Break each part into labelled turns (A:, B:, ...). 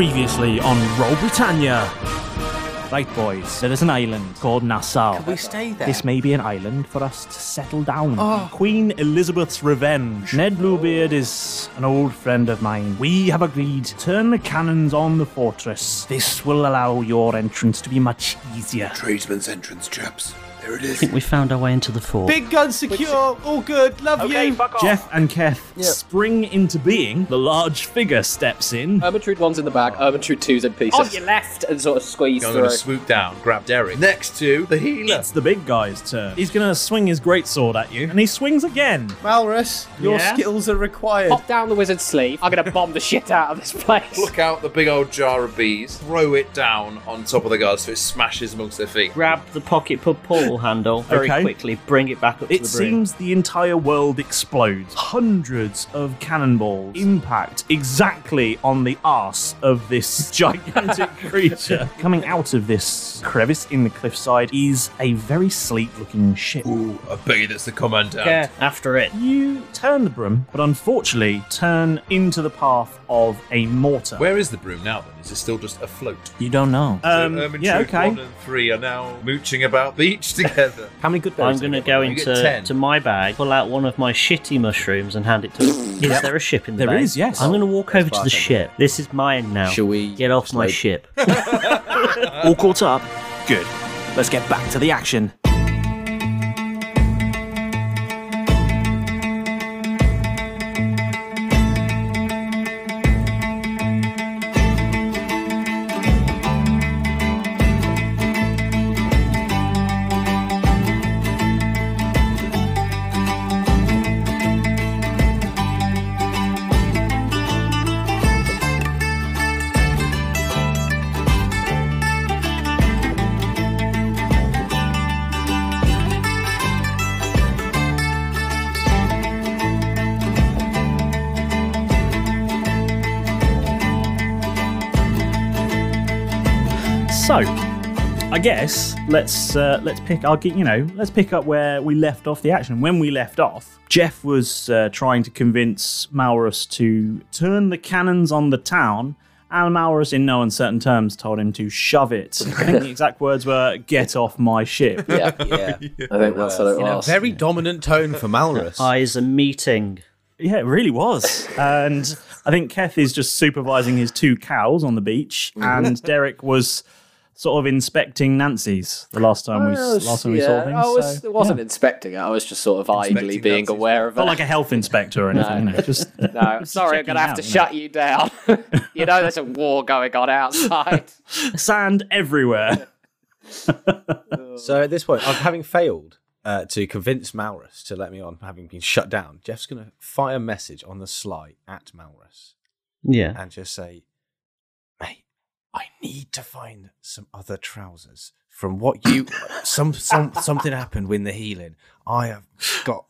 A: Previously on Roll Britannia. Right, boys, there is an island called Nassau.
B: We stay there. Oh.
A: This may be an island for us to settle down.
C: Queen Elizabeth's Revenge.
A: Ned Bluebeard is an old friend of mine. We have agreed to turn the cannons on the fortress. This will allow your entrance to be much easier.
D: Tradesman's entrance, chaps. There it
E: I
D: is.
E: think we found our way into the fort.
B: Big gun secure, all good, love you.
C: Jeff and Keth spring into being. The large figure steps in.
F: Ermitude 1's in the back, Ermitude 2's in pieces. On your left! And sort of squeeze
D: I'm going
F: through.
D: to swoop down, grab Derek. Next to the healer.
C: It's the big guy's turn. He's gonna swing his greatsword at you, and he swings again.
B: Malrus, your
C: Yeah?
B: skills are required.
F: Pop down the wizard's sleeve. I'm going to bomb the shit out of this place.
D: Pluck out the big old jar of bees, throw it down on top of the guards so it smashes amongst their feet.
E: Grab the pocket pub portal handle very
C: Okay.
E: quickly, bring it back up to
C: It
E: the broom.
C: seems the entire world explodes. Hundreds of cannonballs impact exactly on the arse of this gigantic creature. Coming out of this crevice in the cliffside is a very sleek looking ship.
D: Ooh, I bet you that's the commander.
E: Yeah, after it.
C: You turn the broom, but unfortunately turn into the path of a mortar.
D: Where is the broom now then? Is it still just afloat?
E: You don't know.
C: um,
D: Ermitude
C: yeah, okay.
D: One and three are now mooching about the beach together.
C: How many good
E: I'm going to go
D: You get
E: into
D: 10.
E: to my bag, pull out one of my shitty mushrooms, and hand it to him. Is there a ship in the
C: There
E: bag?
C: is, yes.
E: I'm going to walk over to the ship. This is mine now.
G: Shall we
E: Get off my
G: slow-
E: ship.
A: All caught up? Good. Let's get back to the action.
C: So, I guess let's uh, let's pick. I'll get you know. Let's pick up where we left off the action. When we left off, Jeff was uh, trying to convince Maurus to turn the cannons on the town. And Maurus, in no uncertain terms, told him to shove it. I think the exact words were, "Get off my ship."
G: Yeah. I think that's how it was.
B: Very dominant tone for Malrus.
E: Eyes a meeting.
C: yeah, it really was. And I think Keth is just supervising his two cows on the beach,
F: Mm-hmm.
C: and Derek was sort of inspecting Nancy's the last time we last time we saw things.
F: Oh, I was,
C: so,
F: wasn't
C: yeah.
F: inspecting it. I was just sort of idly
D: Inspecting
F: being
D: Nazis.
F: aware of it.
C: Not like a health inspector or anything.
F: No.
C: you know, just
F: no, sorry, I'm going to have to
C: checking
F: shut you down. you know, there's a war going on outside.
C: sand everywhere.
B: So at this point, I'm having failed uh, to convince Malrus to let me on, having been shut down. Jeff's going to fire a message on the sly at Malrus
E: Yeah.
B: and just say, "Mate, I need to find some other trousers from what you some some something happened when the healing. I have got."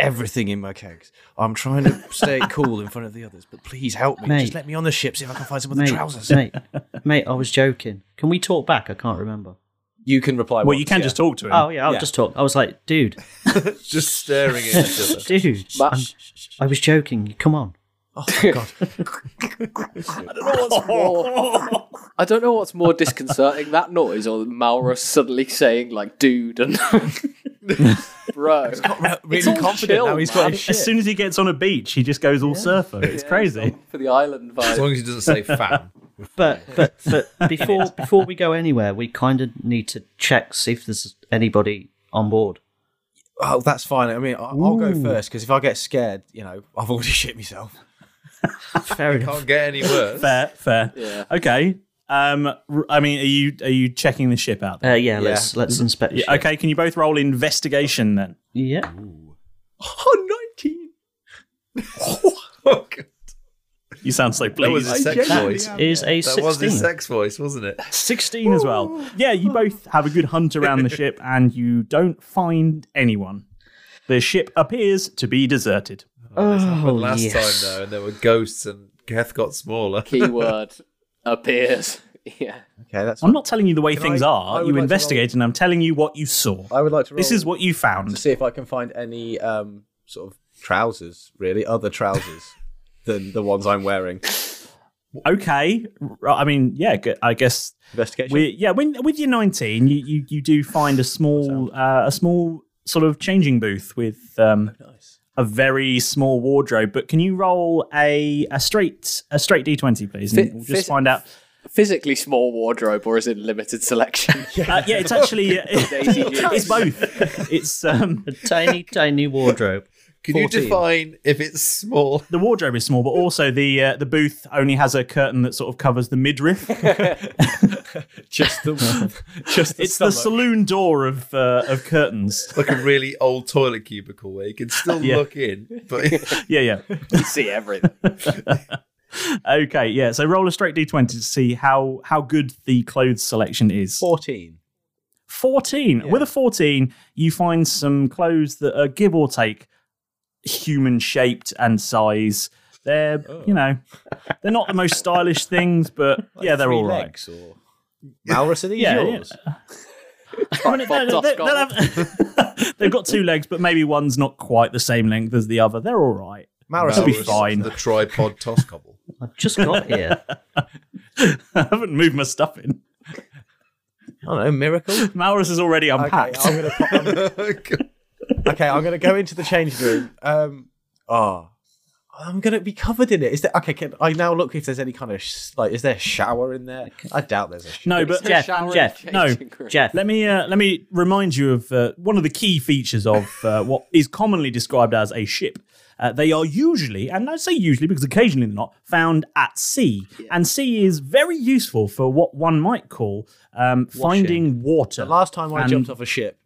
B: Everything in my kegs. I'm trying to stay cool in front of the others, but please help me.
E: Mate.
B: Just let me on the ship, see if I can find some other
E: Mate,
B: trousers.
E: mate, mate, I was joking. Can we talk back? I can't remember.
B: You can reply.
C: Well, you can just talk to him.
E: Oh, yeah, I'll just talk. I was like, dude,
D: Just staring at each other.
E: dude, I'm- I was joking. Come on.
C: Oh,
F: What's more, I don't know what's more disconcerting, that noise or Malrus suddenly saying, like, dude and. Bro. It's all chill, man.
C: As soon as he gets on a beach, he just goes all surfer. It's crazy.
F: for the island
D: As
F: vibe.
D: long as he doesn't say fan.
E: But but but before before we go anywhere, we kind of need to check see if there's anybody on board.
B: Oh, that's fine. I mean, I- I'll go first because if I get scared, you know, I've already shit myself.
E: Fair enough.
D: Can't get any worse.
C: Fair, fair.
F: Yeah.
C: Okay. Um, r- I mean, are you are you checking the ship out?
E: Uh, yeah, let's let's inspect. the
C: Yeah,
E: ship.
C: okay. Can you both roll investigation then?
E: Yeah.
D: Oh, 19. God.
C: You sound so
D: That was
C: pleased.
D: his sex voice.
E: That is a
D: That was his
E: sixteen.
D: sex voice, wasn't it?
C: Sixteen as
B: Oh.
C: well. Yeah, you both have a good hunt around the ship, and you don't find anyone. The ship appears to be deserted.
E: Oh
D: Last
E: yes.
D: time, though, and there were ghosts, and Keth got smaller.
F: Keyword appears. Yeah.
B: Okay, that's.
C: I'm not telling you the way
B: Can
C: things
B: I- I
C: are.
B: would
C: You
B: like to
C: investigate, and I'm telling you what you saw.
B: I would like to.
C: This
B: roll
C: is what you
B: to
C: found.
B: see if I can find any um, sort of trousers, really, other trousers than the ones I'm wearing.
C: Okay. R- I mean, yeah. g- I guess
B: Investigation.
C: we yeah. When with your nineteen, you you, you do find a small uh, a small sort of changing booth with um,
B: Oh,
C: a very small wardrobe. But can you roll a a straight a straight d twenty, please? And
H: Fi-
C: we'll just
H: fi-
C: find out.
H: Physically small wardrobe, or is it limited selection?
C: Uh, yeah, it's actually
H: Daisy Duke.
C: it's both. It's um,
E: A tiny, tiny wardrobe.
D: Can you define if it's small?
C: the wardrobe is small, but also the uh, the booth only has a curtain that sort of covers the midriff.
B: just the just the
C: it's the
B: stomach.
C: saloon door of uh, of curtains.
D: Like a really old toilet cubicle where you can still
C: Yeah.
D: look in, but
C: Yeah, yeah.
H: you see everything.
C: Okay, yeah. So roll a straight d20 to see how how good the clothes selection is.
B: fourteen.
C: 14. With a 14, you find some clothes that are give or take human shaped and size. They're,
B: Oh.
C: you know, they're not the most stylish things, but yeah, they're
B: Three
C: all right.
B: legs or Malrus, are these
C: Yeah,
B: yours?
C: I mean,
H: Bob
C: no, no, they-
H: Doscott.
C: they'll have- they've got two legs, but maybe one's not quite the same length as the other. They're all right.
D: Maris
C: That'll be fine.
D: The tripod toss cobble.
E: I've just got here.
C: I haven't moved my stuff in.
B: I don't know, miracle.
C: Maurus is already unpacked.
B: Okay, I'm gonna pop, I'm,
D: Oh,
B: okay, I'm gonna go into the change room. Um, oh, I'm gonna be covered in it. Is there? Okay, can I now look if there's any kind of sh- like? Is there a shower in there? I doubt there's a. Shower.
C: no, but
E: Jeff,
H: Shower and
E: Jeff,
C: no,
H: changing room.
E: Jeff,
C: Let me uh, let me remind you of uh, one of the key features of uh, what is commonly described as a ship. Uh, they are usually, and I say usually because occasionally they're not, found at sea. And sea is very useful for what one might call um, finding water.
B: The last time I
C: And-
B: jumped off a ship,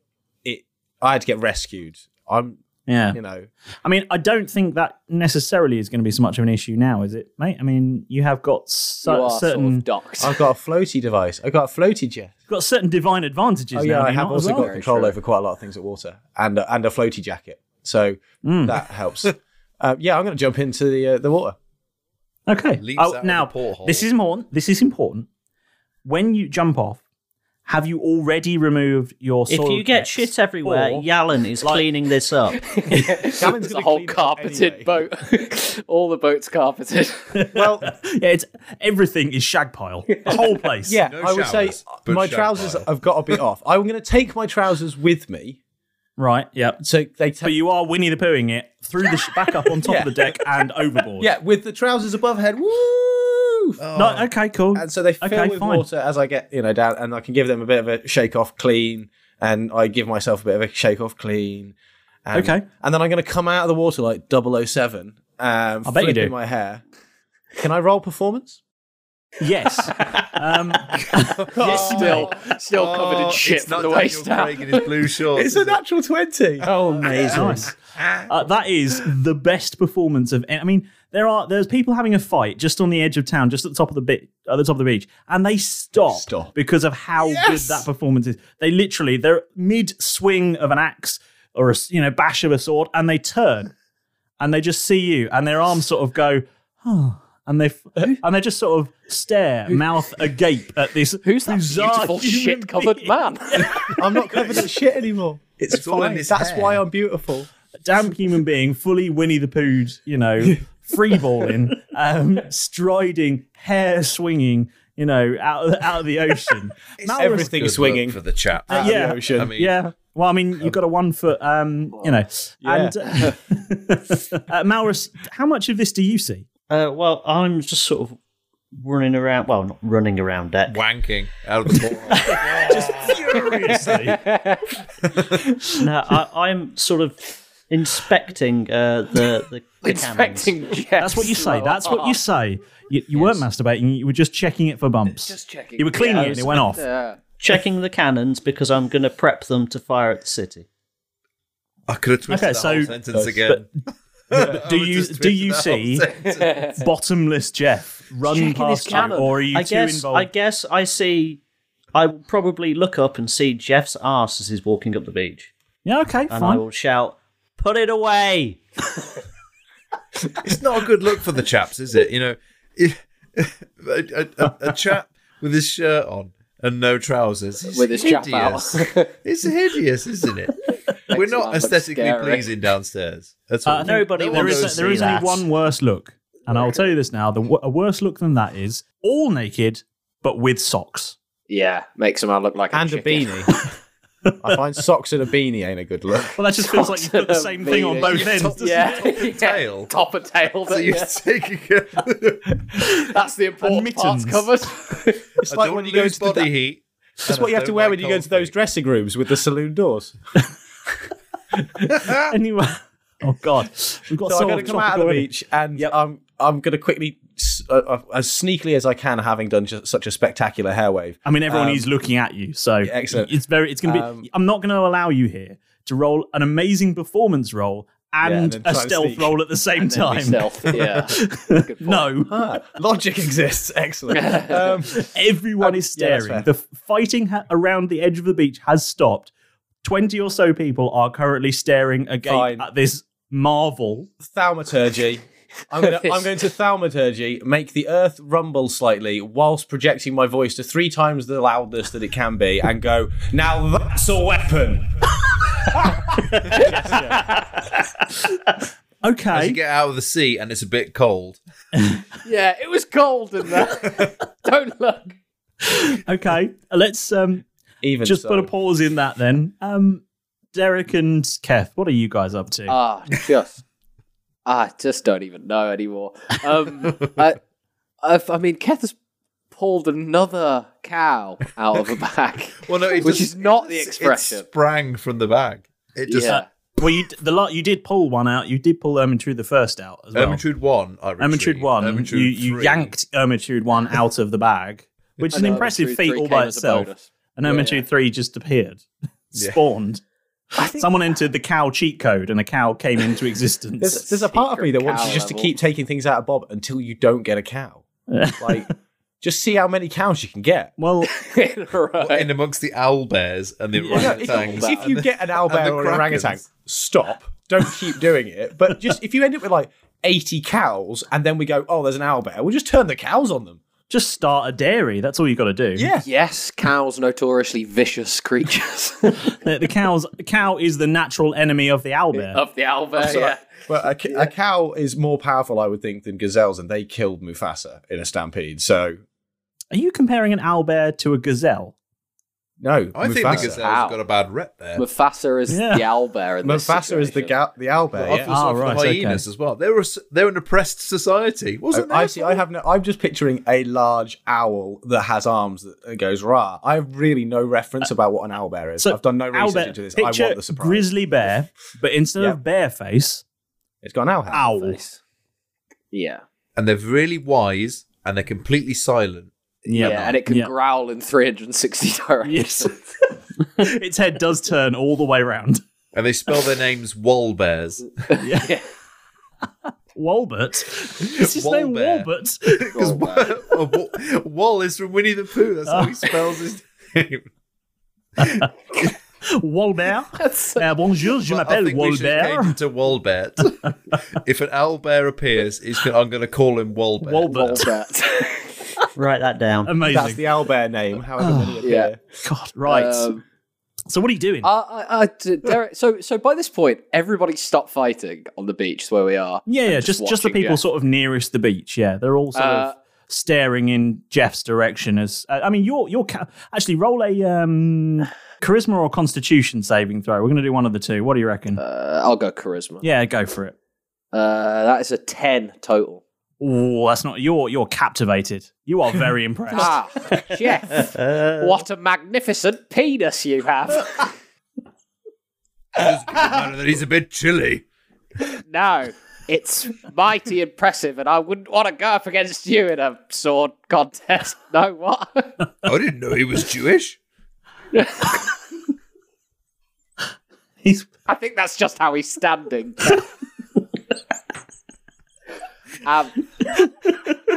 B: it I had to get rescued. I'm,
C: yeah.
B: you know,
C: I mean, I don't think that necessarily is going to be so much of an issue now, is it, mate? I mean, you have got
H: You
C: cer-
H: are
C: certain
H: sort of docked.
B: I've got a floaty device. I've got a floaty jet.
C: got certain divine advantages.
B: Oh yeah,
C: now,
B: I
C: do you
B: have
C: not, as
B: also
C: well?
B: got control
H: true.
B: over quite a lot of things at water and and a floaty jacket, so
C: Mm.
B: that helps. uh, yeah, I'm gonna jump into the uh, the water.
C: Okay.
D: Leaps out
C: Oh,
D: of
C: now
D: the porthole.
C: this is important. This is important. When you jump off, have you already removed your?
E: if
C: soil
E: you get
C: checks?
E: shit everywhere,
C: Or-
E: Yallen is cleaning this up.
H: There's a
B: gonna
H: whole
B: clean it up
H: carpeted
B: anyway.
H: boat. All the boats carpeted.
B: Well,
C: yeah, it's everything is shag pile. The whole place.
B: yeah,
D: No
B: I would say
D: showers, but
B: my
D: shag
B: trousers
D: pile.
B: have got to be off. I'm gonna take my trousers with me,
C: Right. Yeah.
B: so they take.
C: But you are Winnie the Poohing it through the sh- back up on top
B: Yeah.
C: of the deck and overboard.
B: yeah, with the trousers above head. Woo!
D: Oh.
C: No. Okay. Cool.
B: and so they fill
C: Okay,
B: with
C: fine.
B: water as I get you know down, and I can give them a bit of a shake off clean, and I give myself a bit of a shake off clean. And,
C: Okay.
B: and then I'm going to come out of the water like 007, um,
C: I bet you
B: flipping
C: do.
B: my hair. Can I roll performance?
C: Yes. um,
H: It's still, still covered in
D: Oh,
H: shit
D: it's not
H: from the
D: Daniel
H: waist down.
D: Craig in his blue shorts.
B: It's
D: is
B: a
D: it?
B: natural twenty.
E: Oh, amazing.
C: Nice. Uh, that is the best performance of. I mean, there are there's people having a fight just on the edge of town, just at the top of the bit, at the top of the beach, and they stop,
B: Stop.
C: because of how good that performance is. They literally they're mid swing of an axe or a s- you know bash of a sword, and they turn, and they just see you, and their arms sort of go, oh, and they f- and they just sort of stare, mouth agape at this
H: Who's that
C: bizarre
H: beautiful
C: human
H: shit-covered
C: being.
H: man?
B: I'm not covered in shit anymore. It's,
D: all in
B: fine.
D: his
B: That's
D: hair.
B: why I'm beautiful.
C: damp human being, fully Winnie the Poohed, you know, freeballing, um, striding, hair swinging, you know, out of, out of the ocean. Malrus-
B: Everything
D: Good
B: swinging
D: look for the chap.
C: Uh, yeah,
B: the ocean.
D: I mean,
C: yeah. Well, I mean, you've got a one foot, um, you know. And uh, uh, Malrus, how much of this do you see?
E: Uh, well, I'm just sort of running around. Well, not running around deck.
D: wanking out of the porthole.
C: Furiously.
E: No, I, I'm sort of inspecting uh, the the, the cannons.
H: Inspecting Jeff.
C: That's what you say. That's what you say. You, you weren't masturbating. You were just checking it for bumps.
H: Just checking.
C: You were cleaning
E: Yeah, I was-
C: it and it went off.
H: Yeah.
E: checking the cannons because I'm going to prep them to fire at the city.
D: I could have twisted
C: Okay,
D: okay,
C: so-
D: so, whole sentence again.
C: But do you do you see bottomless Jeff run
H: Checking his
C: past you,
H: cannon.
C: or are you
E: I
C: too
E: guess
C: involved?
E: I guess I see. I will probably look up and see Jeff's arse as he's walking up the beach,
C: Yeah, okay,
E: and I
C: fine.
E: will shout, "Put it away!"
D: It's not a good look for the chaps, is it? You know, if, a, a- a- a chap with his shirt on and no trousers is
H: With his chap
D: hideous. it's hideous, isn't it? We're
H: Excellent,
D: not
H: looks
D: aesthetically
H: scary.
D: pleasing downstairs. That's
C: Uh,
D: all.
C: no,
E: Nobody
D: no one
C: there
D: goes
E: wants to
C: is
E: see
C: there is
E: that.
C: only one worse look, And I'll tell you this now: the w- a worse look than that is all naked, but with socks.
F: Yeah, makes him out look like
C: And a
F: a chicken.
C: beanie.
B: I find socks and a beanie ain't a good look.
C: Well, that just feels like you put the same thing on both ends. doesn't it?
F: yeah, tail, top and tail.
D: So you're
F: taking That's the important parts covered.
B: It's like when you go to the,
D: heat.
B: That's what you have to wear when you go to those dressing rooms with the saloon doors.
C: anyway, oh god, we've got
B: so I'm
C: so
B: going to come out
C: off
B: of the
C: topic already.
B: beach, and I'm I'm going to quickly, s- uh, uh, as sneakily as I can, having done ju- such a spectacular hair wave.
C: I mean, everyone
B: Um,
C: is looking at you, so
B: excellent.
C: It's very. It's going to be.
B: Um,
C: I'm not going to allow you here to roll an amazing performance roll and,
B: and then
C: a
B: try and
C: stealth
B: sneak.
C: roll at the same
B: And then
C: time.
B: be stealth, yeah.
C: no,
B: Ah, logic exists. Excellent. Um,
C: everyone is
B: yeah, that's
C: staring. the f- fighting ha- around the edge of the beach has stopped. Twenty or so people are currently staring agape
B: Fine.
C: at this marvel.
B: Thaumaturgy. I'm going, to, I'm going to thaumaturgy, make the earth rumble slightly whilst projecting my voice to three times the loudness that it can be and go, now that's a weapon.
C: Okay.
D: As you get out of the sea and it's a bit cold.
F: yeah, it was cold in there. Don't look.
C: Okay, let's um
B: Even
C: just
F: so.
C: put a pause in that then. Um, Derek and Keth, what are you guys up to?
D: Uh,
F: Ah, just I just don't even know anymore. Um, I, i I mean, Keth has pulled another cow out of a bag,
D: Well, no, it
F: which
D: just-
F: is not the
D: it's-
F: expression.
D: It sprang from the bag. It just.
F: Yeah.
C: well, you d- the lot you did pull one out. You did pull Ermintrude the first out as well.
D: Ermintrude one, I
C: Ermintrude
D: retrieved.
C: one.
D: Ermintrude
C: you you
D: three.
C: yanked Ermintrude one out of the bag, which is an
D: No,
C: impressive
D: Ermintrude
C: feat
D: three
C: all
D: came
C: by
D: as a
C: itself.
D: bonus.
C: And
D: Yeah,
C: Ermintrude three just appeared,
D: Yeah.
C: spawned. Someone entered the cow cheat code, and a cow came into existence.
B: There's, there's a part of me that wants
C: cow
B: you just to
C: level.
B: keep taking things out of Bob until you don't get a cow. like, just see how many cows you can get.
C: Well,
D: in amongst the owl bears and the orangutans.
B: if, if you get an owlbear
D: and the
B: or an orangutan,
D: krakens.
B: stop. Don't keep doing it. But just if you end up with like 80 cows and then we go, oh, there's an owlbear, we'll just turn the cows on them.
C: Just start a dairy. That's all you got to do.
B: Yeah.
F: Yes, cows notoriously vicious creatures
C: the, the cows. The cow is the natural enemy of the owlbear.
F: of the Alva.
B: So,
F: Yeah.
B: Well, a, ca- a cow is more powerful, I would think, than gazelles, and they killed Mufasa in a stampede. So,
C: Are you comparing an owlbear to a gazelle?
B: no.
D: I think the
B: Mufasa.
D: gazelle's got a bad rep there.
F: Mufasa is
D: Yeah.
F: the owlbear in this
B: Mufasa is the, ga- the owlbear.
D: I feel sorry for the hyenas as well. They were s- they were an oppressed society, wasn't
B: I, I see. I have no. I'm just picturing a large owl that has arms that and goes rah. I have really no reference about what an owl bear is. I've done no research
C: Owlbear-
B: into this. I
C: Picture
B: want the surprise.
C: grizzly bear, but instead
B: Yeah.
C: of bear face,
B: it's got an owl.
C: Owl.
F: Yeah.
D: And they're really wise and they're completely silent.
F: Yeah, and it can growl in 360 directions.
C: its head does turn all the way round.
D: And they spell their names Wallbears.
C: Walbert. Is his name
D: Walbear.
C: Walbert?
D: Because Wall is from Winnie the Pooh. That's how he spells his name.
C: Walbert. Uh, bonjour, je
D: Well, I
C: m'appelle
D: think we should change it
C: Walbert.
D: to Walbert. if an owl bear appears, it's gonna, I'm going to call him Walbert.
C: Walbert.
E: Write that down.
C: Amazing.
B: That's the owl bear name. However many appear.
C: God, right.
F: Um,
C: so what are you doing?
F: I, I, I, d- Derek, so, so by this point, everybody stopped fighting on the beach is where we are.
C: yeah,
F: and
C: yeah, just just the
F: watching
C: people
F: Jeff.
C: sort of nearest the beach. Yeah, they're all sort
F: Uh,
C: of staring in Jeff's direction. As uh, I mean, you're you're ca- actually roll a um, charisma or constitution saving throw. We're going to do one of the two. What do you reckon?
F: Uh, I'll go charisma.
C: yeah, go for it.
F: Uh, that is a 10 total.
C: Oh, that's not you're you're captivated. You are very impressed.
F: Ah, Jeff,
E: Uh,
F: what a magnificent penis you have.
D: Matter that he's a bit chilly.
F: no, it's mighty impressive, and I wouldn't want to go up against you in a sword contest. No, what?
D: I didn't know he was Jewish.
F: I think that's just how he's standing. um,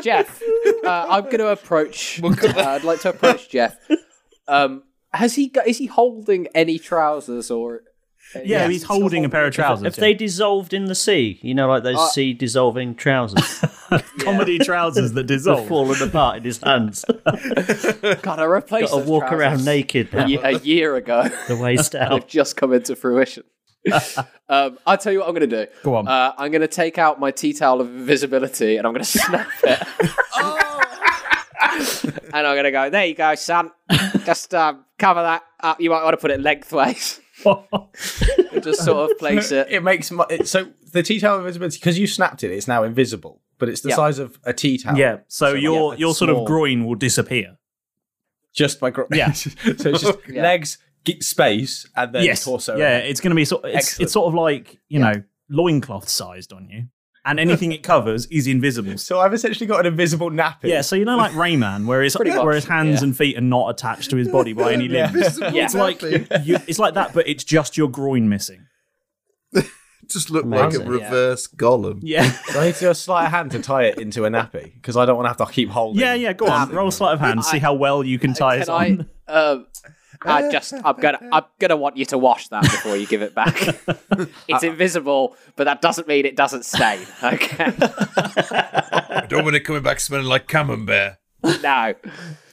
F: Jeff, uh, I'm going to approach. Uh, I'd like to approach Jeff. Um, has he got? Is he holding any trousers or?
C: yeah, he's holding a pair of trousers.
E: If they dissolved in the sea, you know, like those
F: Uh,
E: sea dissolving trousers,
C: yeah. comedy trousers that
E: they're
C: dissolve.
E: falling apart in his hands.
F: Got to replace.
E: Got to
F: those
E: walk
F: trousers
E: around naked
F: A,
E: now,
F: ye- a year ago,
E: the waist
F: they've
E: out.
F: just come into fruition. um, I'll tell you what I'm going to do.
C: Go on.
F: Uh, I'm going to take out my tea towel of invisibility and I'm going to snap it. Oh. and I'm going to go, there you go, son. Just um, cover that up. You might want to put it lengthways. and just sort of place it.
B: It makes mu- it, so the tea towel invisibility because you snapped it. It's now invisible, but it's the
F: Yeah.
B: size of a tea towel.
C: Yeah. So, your
B: like,
C: your sort
B: small.
C: of groin will disappear.
B: just my gro-
C: Yeah.
B: so it's just
F: Yeah.
B: legs, get space, and then
C: yes.
B: torso.
C: yeah. It's going to be sort. It's,
B: Excellent.
C: it's sort of like you know loincloth sized on you, and anything it covers is invisible.
B: So I've essentially got an invisible nappy.
C: Yeah, so you know, like Rayman, where his
F: Pretty much,
C: where his hands
F: yeah.
C: and feet are not attached to his body by any
B: Yeah.
C: limbs.
F: Yeah.
C: It's like you, it's like that, but it's just your groin missing.
A: Just look like a
E: Amazing.
A: reverse golem.
C: Yeah,
B: So I need to do a sleight of hand to tie it into a nappy because I don't want to have to keep holding.
C: yeah, yeah. Go on, roll a sleight of hand, see how well you can tie
F: Can
C: it
F: I?
C: on.
F: Um, I just, I'm gonna, I'm gonna want you to wash that before you give it back. it's invisible, but that doesn't mean it doesn't stain. Okay,
A: I don't want it coming back smelling like camembert.
F: no.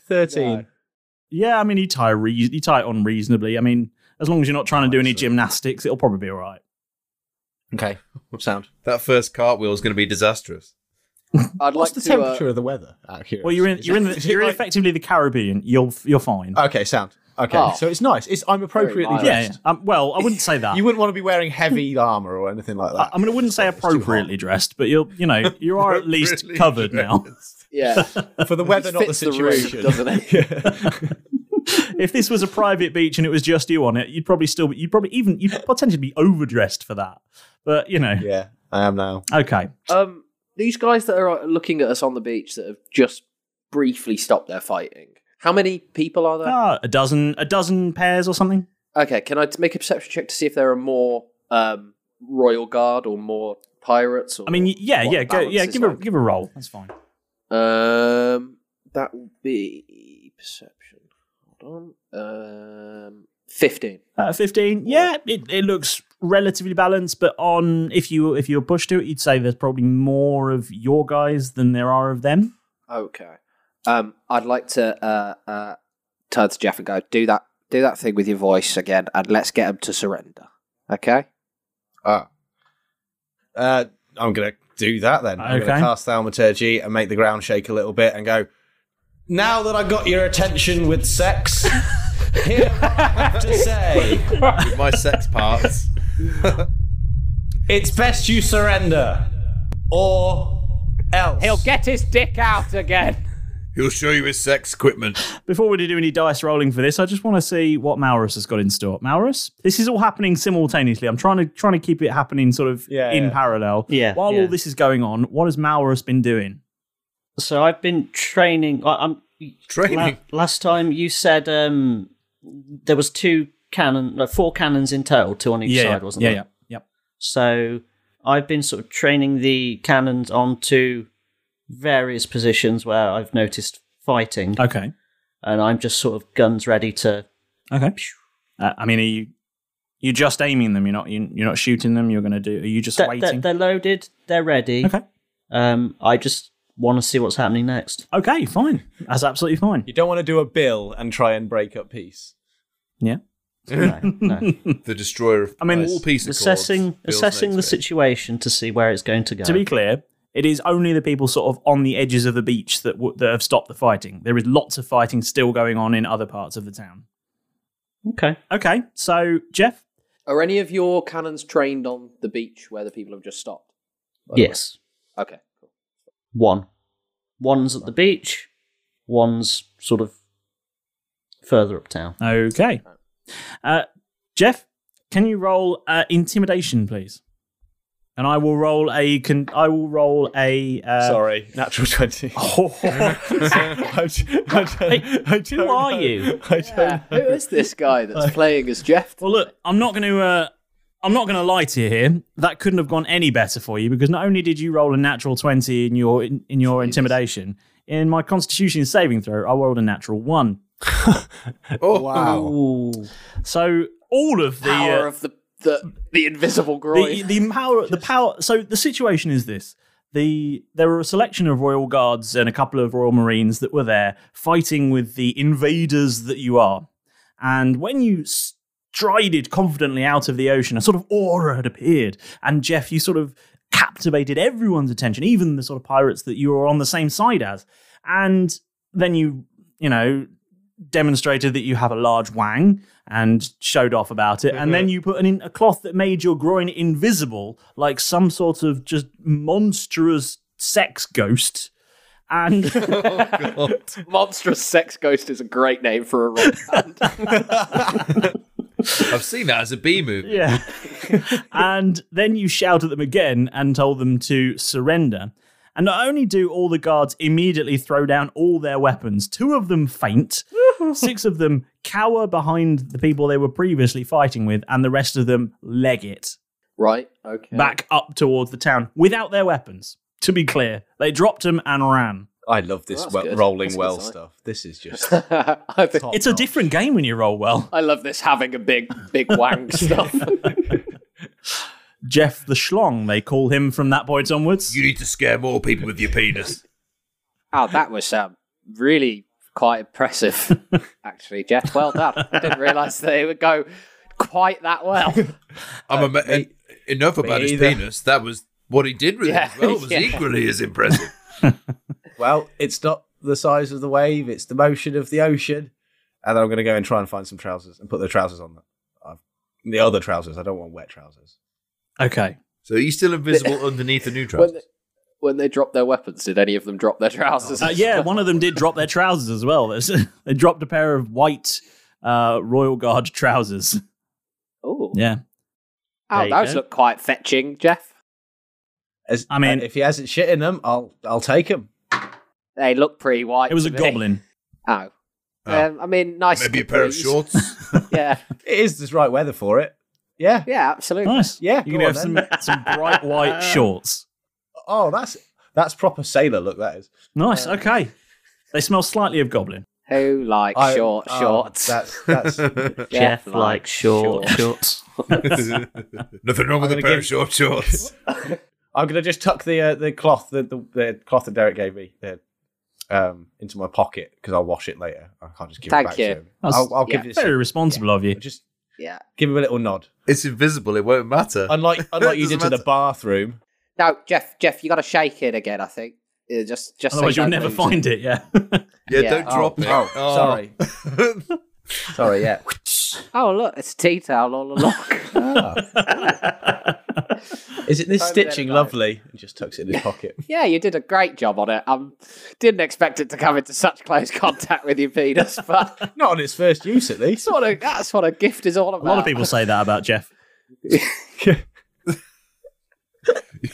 B: thirteen.
C: Yeah, I mean, you tie re- you tie it on reasonably. I mean, as long as you're not trying to do any gymnastics, it'll probably be all right.
B: Okay, sound.
A: That first cartwheel is going to be disastrous.
F: I'd
B: What's
F: like
B: the
F: to.
B: temperature
F: uh,
B: of the weather out here?
C: Well, you're in you're in the, you're in effectively the Caribbean. You're you're fine.
B: Okay, sound. Okay,
F: Oh.
B: so it's nice. It's I'm appropriately
F: mild.
B: dressed.
C: yeah. yeah. Um, well, I wouldn't say that.
B: You wouldn't want to be wearing heavy armor or anything like
C: I,
B: that.
C: I mean, I wouldn't say
B: too hot.
C: appropriately dressed, but you're you know you are at least
A: Appropriately
C: covered now.
A: dressed.
F: yeah,
B: For the weather, not the
F: fits the room,
B: situation.
F: doesn't it?
C: if this was a private beach and it was just you on it, you'd probably still, you'd probably even, you'd potentially be overdressed for that. But, you know,
B: yeah, I am now.
C: okay.
F: Um, these guys that are uh, looking at us on the beach that have just briefly stopped their fighting. How many people are there?
C: Ah, a dozen, a dozen pairs or something.
F: Okay, can I t- make a perception check to see if there are more um, royal guard or more pirates? Or
C: I mean, y- yeah,
F: what
C: yeah,
F: the
C: go,
F: balance
C: yeah,
F: is
C: give a,
F: like?
C: give a roll. That's fine.
F: Um, that will be perception. Hold on. Um, fifteen.
C: Uh, 15. Yeah, it, it looks relatively balanced, but on, if you, if you were pushed to it, you'd say there's probably more of your guys than there are of them.
F: Okay. Um, I'd like to uh, uh, turn to Jeff and go do that. Do that thing with your voice again, and let's get them to surrender. Okay. Ah.
B: Uh, I'm gonna do that then. I'm
C: Okay.
B: gonna cast thaumaturgy and make the ground shake a little bit and go. Now that I got your attention with sex, here I have to say
A: With my sex parts.
B: it's best you surrender, or else.
F: get his dick out again.
A: He'll show you his sex equipment.
C: Before we do any dice rolling for this, I just want to see what Maurus has got in store. Maurus, this is all happening simultaneously. I'm trying to trying to keep it happening sort of
B: Yeah,
C: in
B: yeah.
C: parallel.
E: Yeah,
C: While
E: yeah.
C: all this is going on, what has Maurus been doing?
E: So I've been training. I, I'm la-
A: Training.
E: last time you said um, there was two cannon, no, four cannons in total, two on each side, wasn't
C: yeah,
E: there?
C: yeah, yeah.
E: So I've been sort of training the cannons onto various positions where I've noticed fighting,
C: Okay,
E: and I'm just sort of guns ready to.
C: okay. Uh, I mean, are you you just aiming them? You're not you, you're not shooting them. You're going to do. Are you just
E: They're, they're-
C: waiting?
E: they're loaded. They're ready.
C: Okay.
E: Um, I just want to see what's happening next.
C: okay, fine. That's absolutely fine.
B: You don't want to do a bill and try and break up peace.
C: Yeah.
E: No, no.
A: the destroyer of
C: I mean,
A: all peace accords.
E: assessing
A: Bill's
E: assessing the
A: next bit.
E: situation to see where it's going to go.
C: To be clear, it is only the people sort of on the edges of the beach that w- that have stopped the fighting. There is lots of fighting still going on in other parts of the town.
E: okay.
C: Okay, so Jeff,
F: Are any of your cannons trained on the beach where the people have just stopped?
E: Yes.
F: Okay. Cool.
E: One. One's at the beach. One's sort of further uptown.
C: okay, uh, Jeff, can you roll uh, intimidation, please? And I will roll a. Con- I will roll a. Uh,
B: Sorry, natural twenty. I,
E: who are you?
B: I don't
F: Yeah, who is this guy that's playing as Jeff?
C: well, look, I'm not going to. Uh, I'm not going to lie to you here. That couldn't have gone any better for you because not only did you roll a natural twenty in your in, in your intimidation, in my Constitution saving throw, I rolled a natural one.
A: Oh,
B: Wow.
C: So all of the
F: Power
C: uh,
F: of the the, the invisible groin.
C: the, the power the power so the situation is this the there were a selection of royal guards and a couple of royal marines that were there fighting with the invaders that you are and when you s- strided confidently out of the ocean. A sort of aura had appeared. And Jeff, you sort of captivated everyone's attention, even the sort of pirates that you were on the same side as. And then you, you know, demonstrated that you have a large wang and showed off about it. And then you put an in, a cloth that made your groin invisible, like some sort of just monstrous sex ghost. And
H: Monstrous Sex Ghost is a great name for a rock band.
D: I've seen that as a B movie.
C: Yeah. and then you shout at them again and told them to surrender. And not only do all the guards immediately throw down all their weapons, two of them faint, six of them cower behind the people they were previously fighting with, and the rest of them leg it
H: right, okay.
C: back up towards the town without their weapons. To be clear, they dropped them and ran.
B: I love this
H: Well, that's
B: we-
H: good.
B: rolling
H: That's a good
B: well
H: sign.
B: stuff. This is just
H: I, think-
B: top
C: It's a
B: notch.
C: different game when you roll well.
H: I love this having a big, big wang stuff.
C: Jeff the Schlong, they call him from that point onwards.
D: You need to scare more people with your penis.
H: Oh, that was um, really quite impressive, actually, Jeff. Well done. Didn't realise that it would go quite that well.
C: Uh,
D: I'm ama- en- enough about his
B: either.
D: penis. That was what he did with
H: Yeah,
D: it as well. Was
H: yeah.
D: equally as impressive.
B: Well, it's not the size of the wave, it's the motion of the ocean. And then I'm going to go and try and find some trousers and put the trousers on. I've, the other trousers. I don't want wet trousers.
C: Okay.
D: So he's still invisible underneath the new
H: When they,
D: trousers.
H: when they dropped their weapons, did any of them drop their trousers?
C: Uh, yeah, one of them did drop their trousers as well. There's- they dropped a pair of white uh, Royal Guard trousers.
H: Oh,
C: Yeah. There
H: oh
C: you
H: those
C: go.
H: look quite fetching, Jeff.
B: As,
C: I mean-
B: uh, if he hasn't shit in them, I'll I'll take them.
H: They look pretty white.
C: It was
H: to
C: a
H: me.
C: goblin.
H: Oh.
D: Oh.
H: Um, I mean, nice.
D: Maybe a pair of
H: capris.
D: shorts.
H: Yeah,
B: It is the right weather for it. Yeah,
H: yeah, absolutely.
C: Nice.
B: yeah. go
C: You can have
B: on
C: some,
B: then.
C: some bright white shorts.
B: Oh, that's that's proper sailor look. That is.
C: Nice. Okay. They smell slightly of goblin.
H: Who likes
B: I-
H: short
B: oh,
H: shorts?
B: That's that's.
E: Jeff likes short shorts.
D: Nothing wrong with a
B: gonna
D: pair
B: give-
D: of short shorts.
B: I'm gonna just tuck the uh, the cloth the, the the cloth that Derek gave me the, um into my pocket because I'll wash it later. I can't just give
H: Thank
B: it back
H: you.
B: to him.
C: That's-
B: I'll, I'll give
H: yeah.
B: this.
C: Very responsible of you.
B: Just
H: Yeah.
B: give him a little nod.
D: it's invisible. It won't matter.
B: Unlike unlike you
D: Doesn't
B: did to the
D: matter.
B: bathroom.
H: No, Jeff, Jeff, you got to shake it again. I think. Yeah, just, just. so
C: Otherwise,
H: you
C: you'll
H: don't
C: never
H: lose
C: find it. Yeah.
D: yeah,
H: yeah.
D: don't
B: Oh,
D: drop it.
B: oh, sorry. Sorry, yeah.
H: Oh look, it's a tea towel all along.
B: Ah. Is it this
H: Totally
B: stitching
H: dead
B: lovely? And just tucks it in his pocket.
H: yeah, you did a great job on it. Um, didn't expect it to come into such close contact with your penis, but
B: Not on its first use, at least.
H: that's what a, that's what a gift is all
C: A
H: about.
C: lot of people say that about Jeff.
D: you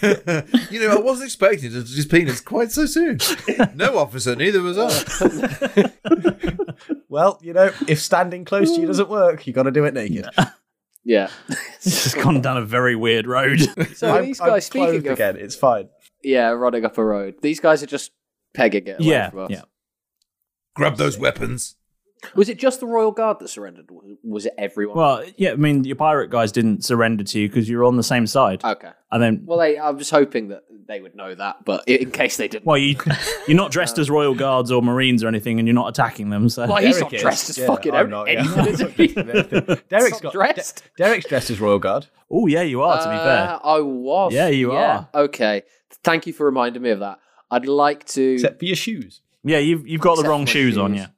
D: know, I wasn't expecting to his penis quite so soon. No officer, neither was I.
B: Well, you know, if standing close to you doesn't work, you got to do it naked.
H: Yeah.
C: It's just gone down a very weird road.
H: So
B: I'm-
H: these
B: I'm
H: guys, speaking
B: clothed
H: of
B: again, it's fine.
H: yeah, running up a road, these guys are just pegging it. Away
C: yeah.
H: from us.
C: Yeah.
D: Grab those weapons.
H: Was it just the royal guard that surrendered? W- Was it everyone?
C: Well, yeah. I mean, your pirate guys didn't surrender to you because you were on the same side.
H: okay.
C: And then,
H: Well, they, I was hoping that they would know that, but i- in case they didn't.
C: well, you you're not dressed as royal guards or marines or anything, and you're not attacking them. So
H: Well, he's not
B: Derek is.
H: dressed as
B: Yeah,
H: fucking
B: I'm
H: every-
B: not, yeah.
H: anything, is he?
B: Derek's
H: Not
B: got
H: dressed.
B: De- Derek's dressed as royal guard.
C: Oh yeah, you are. To be fair,
H: Uh, I was.
C: Yeah, you
H: Okay. Thank you for reminding me of that. I'd like to.
B: Except for your shoes.
C: yeah, you've you've got the
H: except
C: wrong
H: for my
C: shoes, on you.
H: shoes.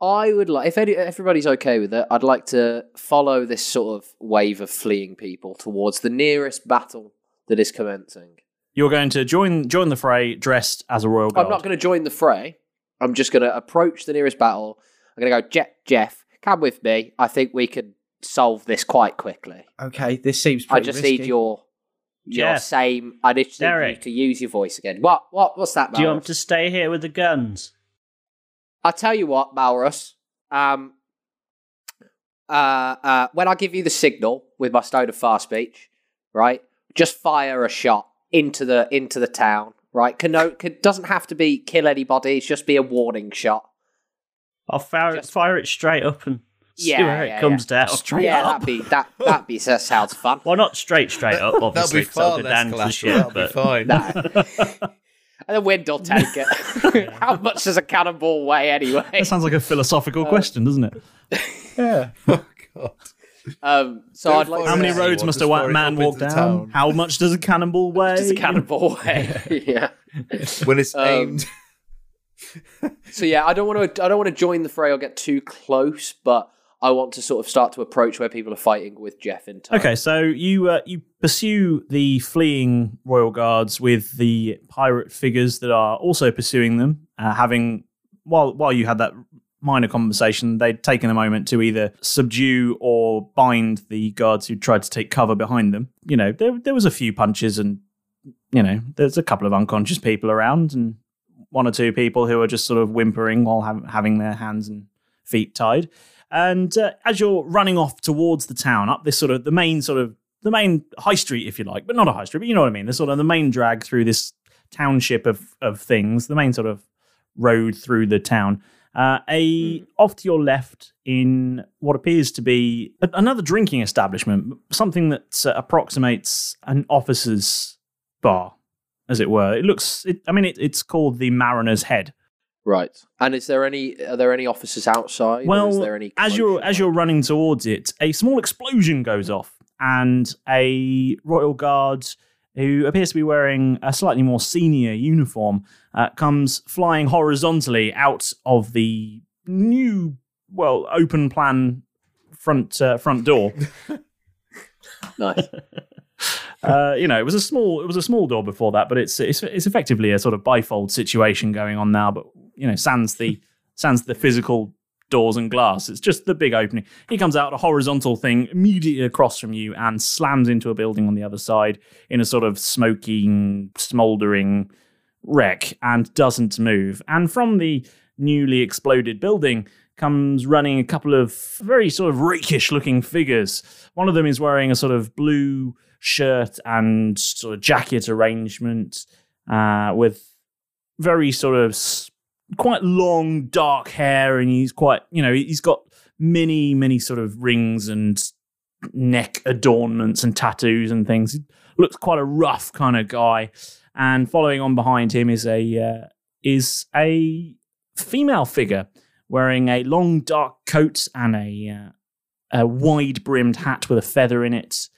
H: I would like, if any, everybody's okay with it, I'd like to follow this sort of wave of fleeing people towards the nearest battle that is commencing.
C: You're going to join join the fray dressed as a royal guard.
H: I'm not going to join the fray. I'm just going to approach the nearest battle. I'm going to go, Jeff, Jeff, come with me. I think we can solve this quite quickly.
B: Okay, this seems
H: I
B: pretty
H: just
B: risky.
H: need your your
E: Jeff.
H: same. I just need you
E: Derek.
H: to use your voice again. What? What? What's that?
E: Do you
H: Malrus?
E: want to stay here with the guns?
H: I tell you what, Malrus. Um. Uh, uh, when I give you the signal with my stone of far speech, right? Just fire a shot into the into the town, right? Can no, can, doesn't have to be kill anybody. It's just be a warning shot.
E: I'll fire it,
H: Just-
E: fire it straight up and see
H: Yeah,
E: where
H: yeah,
E: it comes down.
C: Straight
H: yeah,
C: up.
H: that'd be that. That be that sounds fun.
E: Well, not straight, straight up,
D: That'll be
E: obviously. 'cause
D: far
E: I'll go
D: less
E: down to the
D: collateral.
E: ship,
D: That'll be
E: but
D: fine.
H: No. and the wind will take it. How much does a cannonball weigh anyway? Uh,
C: That sounds like a philosophical question, doesn't it?
B: Yeah.
D: Oh God.
H: Um, so I'd like.
C: How
H: to
C: many
H: say-
C: roads must a wa- man walk down? How much does a cannonball weigh?
H: Does a cannonball weigh? yeah.
D: when it's
H: Um,
D: aimed.
H: So yeah, I don't want to. I don't want to join the fray or get too close, but I want to sort of start to approach where people are fighting with Jeff in time.
C: Okay, so you uh, you pursue the fleeing royal guards with the pirate figures that are also pursuing them. Uh, having while while you had that minor conversation, they'd taken a moment to either subdue or bind the guards who tried to take cover behind them. You know, there there was a few punches and you know there's a couple of unconscious people around and one or two people who are just sort of whimpering while hav- having their hands and feet tied. And uh, as you're running off towards the town, up this sort of the main sort of the main high street, if you like, but not a high street, but you know what I mean. The sort of the main drag through this township of of things, the main sort of road through the town. Uh, a off to your left in what appears to be a- another drinking establishment, something that uh, approximates an officer's bar, as it were. It looks, it, I mean, it, it's called the Mariner's Head.
H: Right. And is there any? Are there any officers outside? or is
C: Well,
H: there any
C: as you're as you're running towards it, a small explosion goes off, and a royal guard who appears to be wearing a slightly more senior uniform uh, comes flying horizontally out of the new, well, open plan front uh, front door.
H: nice.
C: Uh, you know, it was a small it was a small door before that, but it's it's it's effectively a sort of bifold situation going on now. But you know, sans the sans the physical doors and glass, it's just the big opening. He comes out a horizontal thing immediately across from you and slams into a building on the other side in a sort of smoking, smouldering wreck and doesn't move. And from the newly exploded building comes running a couple of very sort of rakish looking figures. One of them is wearing a sort of blue shirt and sort of jacket arrangement uh, with very sort of s- quite long dark hair and he's quite you know he's got many many sort of rings and neck adornments and tattoos and things He looks quite a rough kind of guy and following on behind him is a uh, is a female figure wearing a long dark coat and a uh, a wide brimmed hat with a feather in it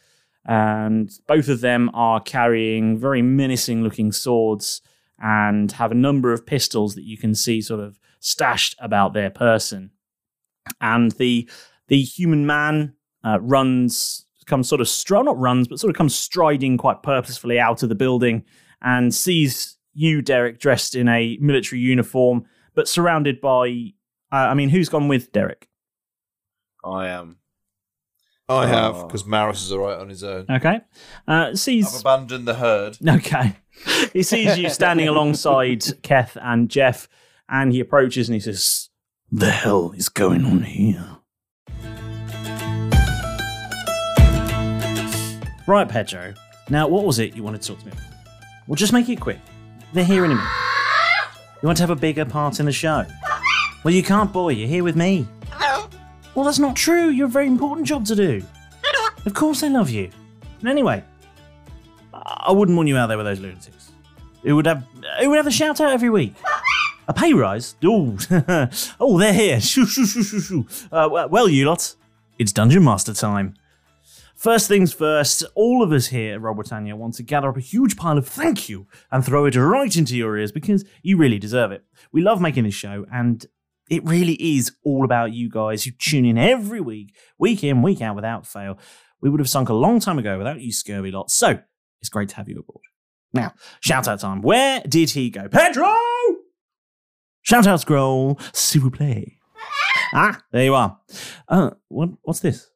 C: and both of them are carrying very menacing looking swords and have a number of pistols that you can see sort of stashed about their person. And the the human man uh, runs, comes sort of str- not runs, but sort of comes striding quite purposefully out of the building and sees you, Derek, dressed in a military uniform, but surrounded by. Uh, I mean, who's gone with Derek?
B: I am.
D: I have
B: Oh.
D: because Maris is all right on his own.
C: Okay, uh,
D: I've
C: sees
D: abandoned the herd.
C: Okay. He sees you standing alongside Keth and Jeff, and he approaches and he says, The hell is going on here? Right, Pedro. Now, what was it you wanted to talk to me about? Well, just make it quick. They're here in a minute. You want to have a bigger part in the show? Well, you can't, boy. You're here with me. Well, that's not true. You're a very important job to do. Of course, I love you. And anyway, I wouldn't want you out there with those lunatics. Who would have who would have a shout out every week? A pay rise? Oh, oh, they're here. Shoo, shoo, shoo, shoo, shoo. Uh, well- well, you lot, it's Dungeon Master time. First things first, all of us here at Robertania want to gather up a huge pile of thank you and throw it right into your ears because you really deserve it. We love making this show, and it really is all about you guys who tune in every week, week in, week out, without fail. We would have sunk a long time ago without you scurvy lot. So, it's great to have you aboard. Now, shout out time. Where did he go? Pedro! Shout out scroll, s'il vous plaît. Ah, there you are. Uh, what, what's this?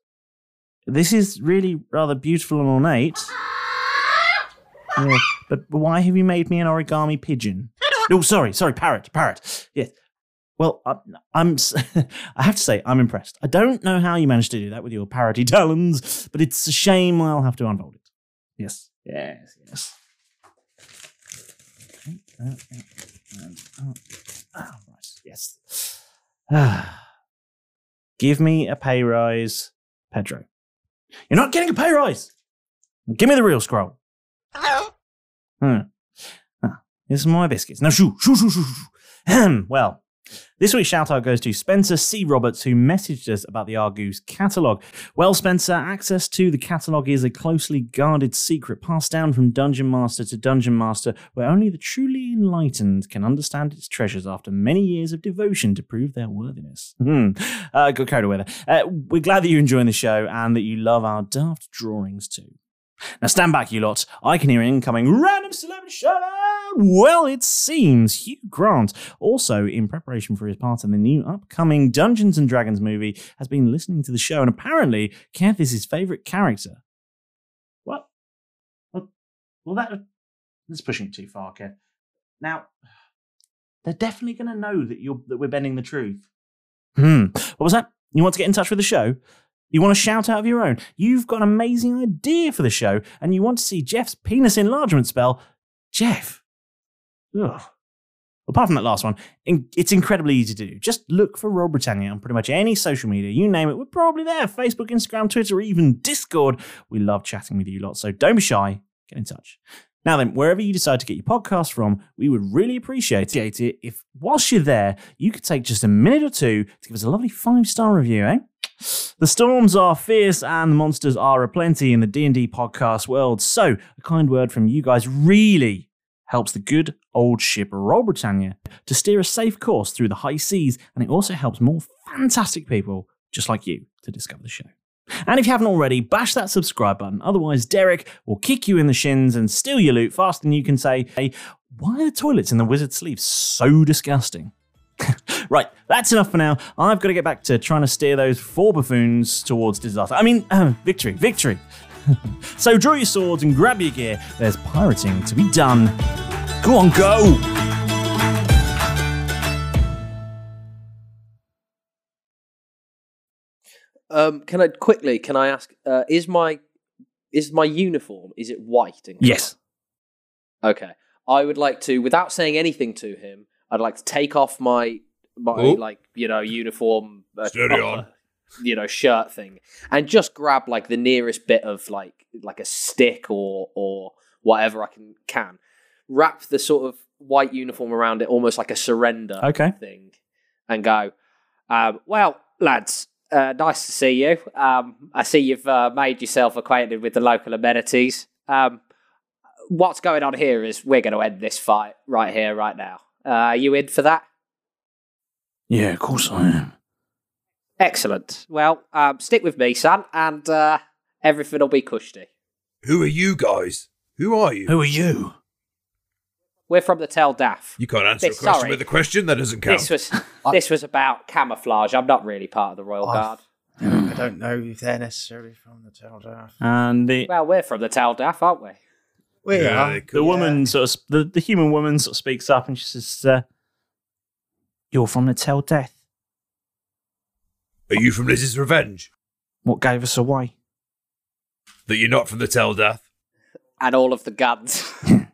C: This is really rather beautiful and ornate. Yeah, but why have you made me an origami pigeon? No, sorry, sorry, parrot, parrot. Yes. Well, I, I'm. s- I have to say, I'm impressed. I don't know how you managed to do that with your parody talons, but it's a shame. I'll have to unfold it. Yes. Yes, yes. Okay, uh, uh, and, oh, oh, right, Yes. Ah. Give me a pay rise, Pedro. You're not getting a pay rise. Give me the real scroll. Hello. Hmm. Ah, here's some more biscuits. No, shoo, shoo, shoo, shoo, shoo. Ahem, well, This week's shout out goes to Spencer C. Roberts, who messaged us about the Argus catalogue. Well, Spencer, access to the catalogue is a closely guarded secret passed down from dungeon master to dungeon master, where only the truly enlightened can understand its treasures after many years of devotion to prove their worthiness. Hmm. Uh, got carried away there. Uh, we're glad that you're enjoying the show and that you love our daft drawings too. Now stand back, you lot. I can hear an incoming random celebrity shout out. Well, it seems Hugh Grant, also in preparation for his part in the new upcoming Dungeons and Dragons movie, has been listening to the show and apparently Keth is his favorite character. What? Well, well that, that's pushing it too far, Keth. Now, they're definitely going to know that you're that we're bending the truth. Hmm. What was that? You want to get in touch with the show? You want a shout out of your own? You've got an amazing idea for the show, and you want to see Jeff's penis enlargement spell? Jeff. Ugh. Apart from that last one, in- it's incredibly easy to do. Just look for Royal Britannia on pretty much any social media. You name it, we're probably there Facebook, Instagram, Twitter, even Discord. We love chatting with you lot, so don't be shy. Get in touch. Now then, wherever you decide to get your podcast from, we would really appreciate it if, whilst you're there, you could take just a minute or two to give us a lovely five star review, eh? The storms are fierce and the monsters are aplenty in the D&D podcast world, so a kind word from you guys really helps the good old ship Royal Britannia to steer a safe course through the high seas, and it also helps more fantastic people just like you to discover the show. And if you haven't already, bash that subscribe button. Otherwise, Derek will kick you in the shins and steal your loot faster than you can say, hey, why are the toilets in the wizard's sleeves so disgusting? right, that's enough for now. I've got to get back to trying to steer those four buffoons towards disaster. I mean, victory, victory. so draw your swords and grab your gear. There's pirating to be done. Go on, go!
H: Um, can I quickly? Can I ask? Uh, is my is my uniform is it white? in colour?
C: Yes.
H: Okay. I would like to, without saying anything to him, I'd like to take off my my
D: Oh.
H: like you know uniform, uh,
D: Steady
H: proper,
D: on.
H: you know shirt thing, and just grab like the nearest bit of like like a stick or or whatever I can can wrap the sort of white uniform around it, almost like a surrender
C: Okay.
H: thing, and go. Um, well, lads, uh, nice to see you. Um, I see you've uh, made yourself acquainted with the local amenities. Um, what's going on here is we're going to end this fight right here, right now. Uh, are you in for that?
C: Yeah, of course I am.
H: Excellent. Well, um, stick with me, son, and uh, everything will be cushy.
D: Who are you guys? Who are you?
C: Who are you?
H: We're from the Tell Daff.
D: You can't answer a
H: This-
D: question
H: sorry.
D: with a question. That doesn't count.
H: This was this was about camouflage. I'm not really part of the Royal
I: I've-
H: Guard. Hmm.
I: I don't know if they're necessarily from the Teldaff.
C: And the,
H: Well, we're from the Tell Daff, aren't we?
I: We
D: Yeah,
I: are.
D: they could-
C: the woman sort of, sp- the, the human woman sort of speaks up and she says, uh, You're from the Tell Death.
D: Are you from Liz's Revenge?
C: What gave us away?
D: That you're not from the Teldath?
H: And all of the guns.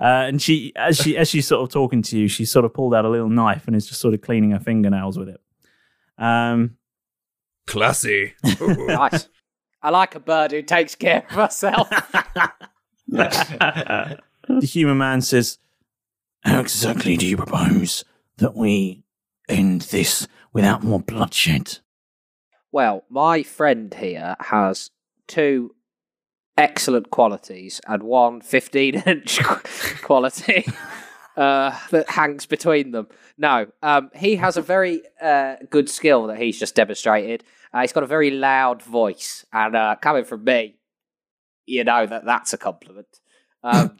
C: Uh, and she, as she, as she's sort of talking to you, she's sort of pulled out a little knife and is just sort of cleaning her fingernails with it. Um,
D: Classy.
H: nice. I like a bird who takes care of herself.
C: the human man says, "How exactly do you propose that we end this without more bloodshed?"
H: well, my friend here has two excellent qualities and one 15 inch quality uh, that hangs between them. No, um, he has a very uh, good skill that he's just demonstrated. Uh, he's got a very loud voice, and uh, coming from me, you know that that's a compliment. Um,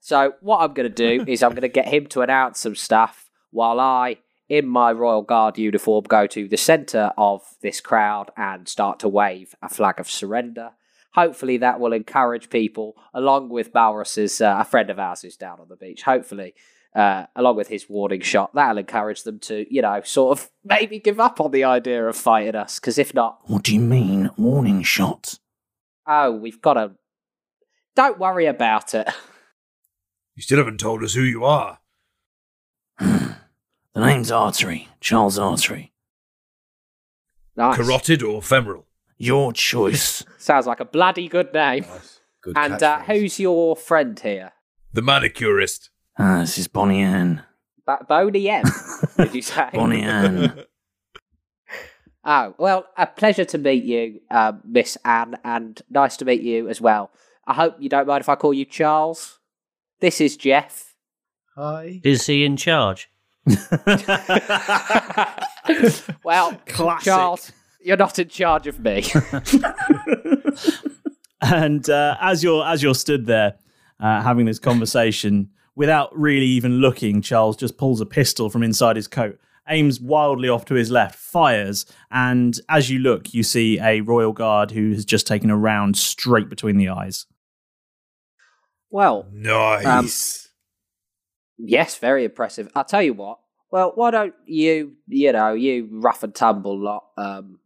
H: so, what I'm going to do is I'm going to get him to announce some stuff while I in my Royal Guard uniform, go to the centre of this crowd and start to wave a flag of surrender. Hopefully, that will encourage people, along with Malrus's, uh, a friend of ours who's down on the beach. Hopefully, uh, along with his warning shot, that'll encourage them to, you know, sort of maybe give up on the idea of fighting us. Because if not,
C: What do you mean, warning shot?
H: oh, we've got to. Don't worry about it.
D: you still haven't told us who you are.
C: The name's Artery, Charles Artery.
H: Nice.
D: Carotid or femoral?
C: Your choice.
H: Sounds like a bloody good name.
I: Nice. Good
H: and uh,
I: catchphrase.
H: who's your friend here?
D: The manicurist.
C: Ah, this is Bonnie Ann.
H: Ba- Boney M, did you say?
J: Boney M.
H: oh, well, a pleasure to meet you, uh, Miss Anne, and nice to meet you as well. I hope you don't mind if I call you Charles. This is Jeff.
B: Hi.
E: Is he in charge?
H: Well,
C: Classic.
H: Charles, you're not in charge of me.
C: and uh, as you're as you're stood there uh, having this conversation without really even looking charles just pulls a pistol from inside his coat aims wildly off to his left fires and as you look you see a royal guard who has just taken a round straight between the eyes
H: well,
D: Nice.
H: Yes, very impressive. I'll tell you what. Well, why don't you, you know, you rough and tumble lot, um,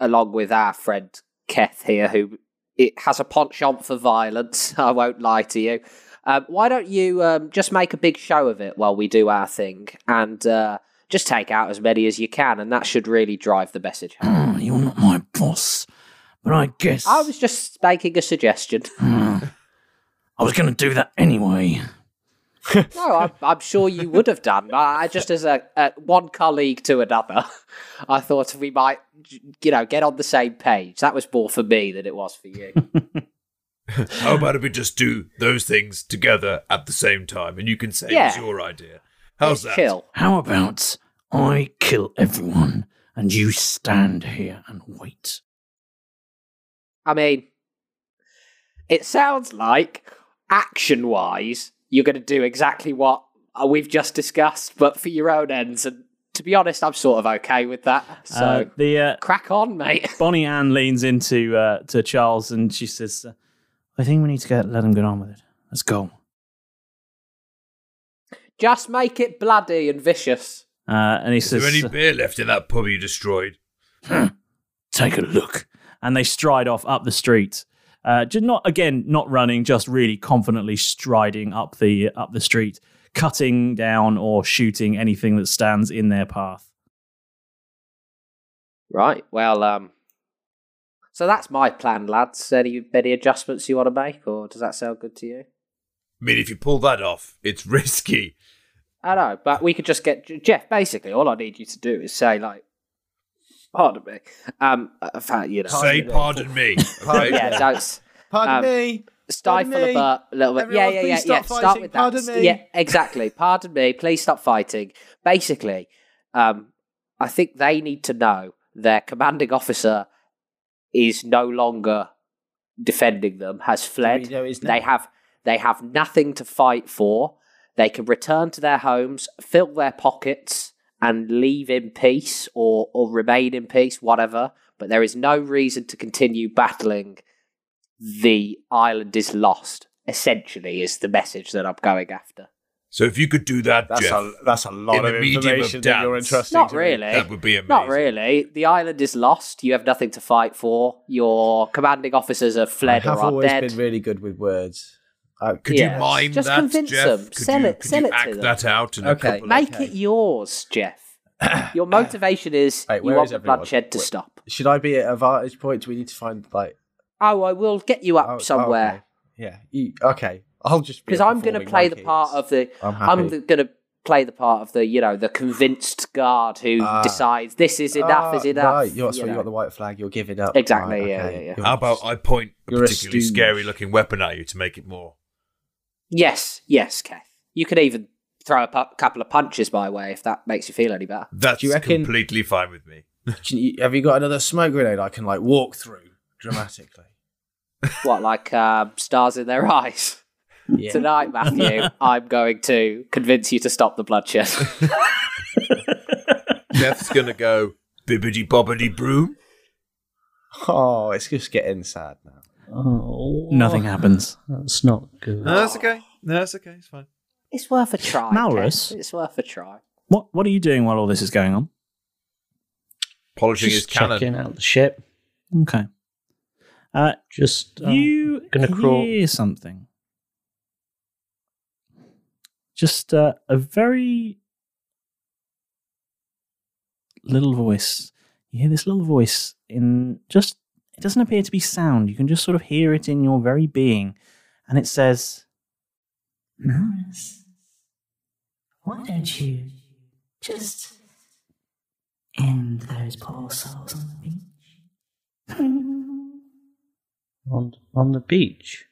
H: along with our friend Keth here, who it has a penchant for violence. I won't lie to you. Um, why don't you um, just make a big show of it while we do our thing, and uh, just take out as many as you can, and that should really drive the message home.
C: Ah,
J: Oh, you're not my boss, but I guess
H: I was just making a suggestion.
J: Hmm. I was going to do that anyway.
H: No, I'm, I'm sure you would have done. I I just as a, a one colleague to another, I thought we might, you know, get on the same page. That was more for me than it was for you.
D: How about if we just do those things together at the same time and you can say it was
H: Yeah.
D: your idea? How's that?
H: Just Chill.
J: How about I kill everyone and you stand here and wait?
H: I mean, it sounds like action-wise, you're going to do exactly what uh, we've just discussed, but for your own ends. And to be honest, I'm sort of okay with that. So
C: Uh, the uh,
H: crack on, mate.
C: bonnie ann leans into uh, to charles and she says uh,
J: I think we need to get, let them get on with it. Let's go.
H: Just make it bloody and vicious.
C: uh, and he
D: Is
C: says
D: there any beer left in that pub you destroyed?
J: Take a look.
C: and they stride off up the street. Uh, just not again, not running, just really confidently striding up the up the street, cutting down or shooting anything that stands in their path.
H: Right. Well, um, so that's my plan, lads. Any any adjustments you want to make, or does that sound good to you?
D: I mean, if you pull that off, it's risky.
H: I know, but we could just get J- Jeff. Basically, all I need you to do is say like, "Pardon me." Um, in fact, you know,
D: Say pardon me. Okay?
H: yeah, don't s-
B: Pardon
H: Um,
B: me.
H: stifle
B: Pardon
H: the
B: me.
H: burp a little bit.
B: Everyone,
H: yeah, yeah,
B: please
H: yeah,
B: stop
H: yeah. Start
B: fighting.
H: with that.
B: Pardon
H: S-
B: me.
H: Yeah, exactly. Pardon me. Please stop fighting. Basically, um, I think they need to know their commanding officer is no longer defending them. Has fled.
B: we know his
H: They
B: name?
H: have they have nothing to fight for. They can return to their homes, fill their pockets, and leave in peace or or remain in peace, whatever. But there is no reason to continue battling. The island is lost. Essentially, is the message that I'm going after.
D: So if you could do that,
B: That's
D: Jeff,
B: a that's a lot
D: in
B: of
D: the medium of
B: information that you're
D: dance.
B: entrusting.
H: Not
B: to me.
H: really.
D: that would be amazing.
H: Not really. The island is lost. You have nothing to fight for. Your commanding officers have
B: I
H: fled or
B: have
H: are
B: always
H: dead.
B: been really good with words. I-
D: Could
H: Yes.
D: you mime
H: Just
D: that,
H: convince
D: Jeff?
H: them.
D: Could
H: Sell
D: you,
H: it-
D: could
H: sell
D: you
H: it to
D: act
H: them.
D: that out in
B: Okay.
D: a couple
H: Make
B: Okay.
H: it yours, Jeff. Your motivation is
B: Right,
H: you
B: where
H: want
B: is
H: the
B: everyone?
H: bloodshed to
B: Where-
H: stop.
B: Should I be at a vantage point? Do we need to find like
H: Oh, I will get you
B: oh,
H: up
B: oh, okay.
H: somewhere
B: Yeah. You, okay. I'll just
H: because
B: be a
H: I'm going to
B: performing
H: play the
B: monkey.
H: part of the.
B: I'm happy.
H: I'm going to play the part of the you know the convinced guard who
B: Ah.
H: decides this is enough
B: Ah,
H: is enough.
B: Right. You're, so
H: you
B: you
H: know.
B: got the white flag. You're giving up.
H: Exactly,
B: Right,
H: yeah,
B: okay.
H: yeah, yeah.
B: You're
D: How about
B: just-
D: I point a
B: You're a
D: particularly
B: stooge.
D: scary looking weapon at you to make it more?
H: Yes, yes, Keith. You could even throw a pu- couple of punches my way if that makes you feel any better.
D: That's
B: Do you reckon-
D: completely fine with me.
B: Can you- have you got another smoke grenade I can like walk through dramatically?
H: What, like um, stars in their eyes?
B: yeah.
H: Tonight, Matthew, I'm going to convince you to stop the bloodshed.
D: Jeff's going to go bibbidi bobbidi broom.
B: Oh, it's just getting sad now.
E: Oh,
C: Nothing happens.
E: That's not good.
D: No, that's okay. No, that's okay. It's fine.
H: it's worth a try.
C: Maurus?
H: Kev. It's worth a try.
C: What What are you doing while all this is going on?
D: Polishing his
E: Just
D: cannon.
E: checking out the ship.
C: Okay, uh,
E: Just um,
C: you
E: gonna crawl-
C: hear something. Just uh, a very little voice. You hear this little voice in just. It doesn't appear to be sound. You can just sort of hear it in your very being, and it says,
K: Maurus, Why don't you just end those poor souls on the beach?
E: on on the beach.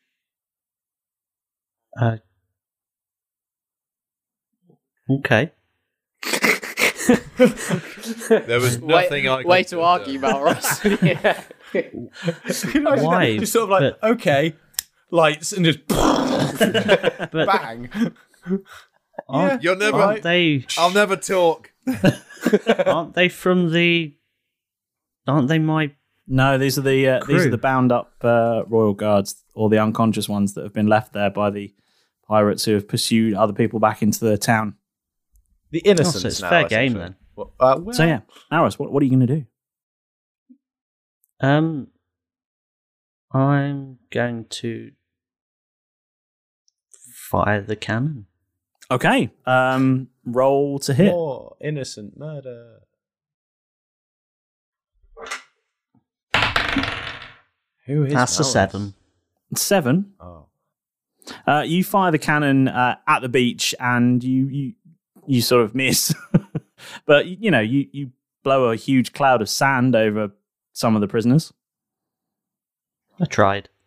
E: Uh, okay.
D: there was nothing
H: way,
D: I could
H: way to argue, Malros. yeah.
E: Why?
B: Just sort of like, okay, lights and just bang.
E: Aren't-
D: You're never-
E: aren't they?
D: I'll never talk.
E: aren't they from the? Aren't they my?
C: No, these are the uh, these
E: Crew.
C: are the bound up uh, royal guards or the unconscious ones that have been left there by the pirates who have pursued other people back into the town.
B: The
E: Oh,
B: innocence.
E: so it's
B: now,
E: fair game
B: essentially.
E: then.
B: Well, uh, well,
C: So yeah, Maris, what, what are you going to do?
E: Um, I'm going to fire the cannon.
C: Okay, um, roll to hit.
B: More innocent murder. Who is
E: That's a
B: Malus?
E: seven.
C: Seven.
B: Oh.
C: Uh, you fire the cannon uh, at the beach and you you you sort of miss, but you know you you blow a huge cloud of sand over some of the prisoners.
E: I tried.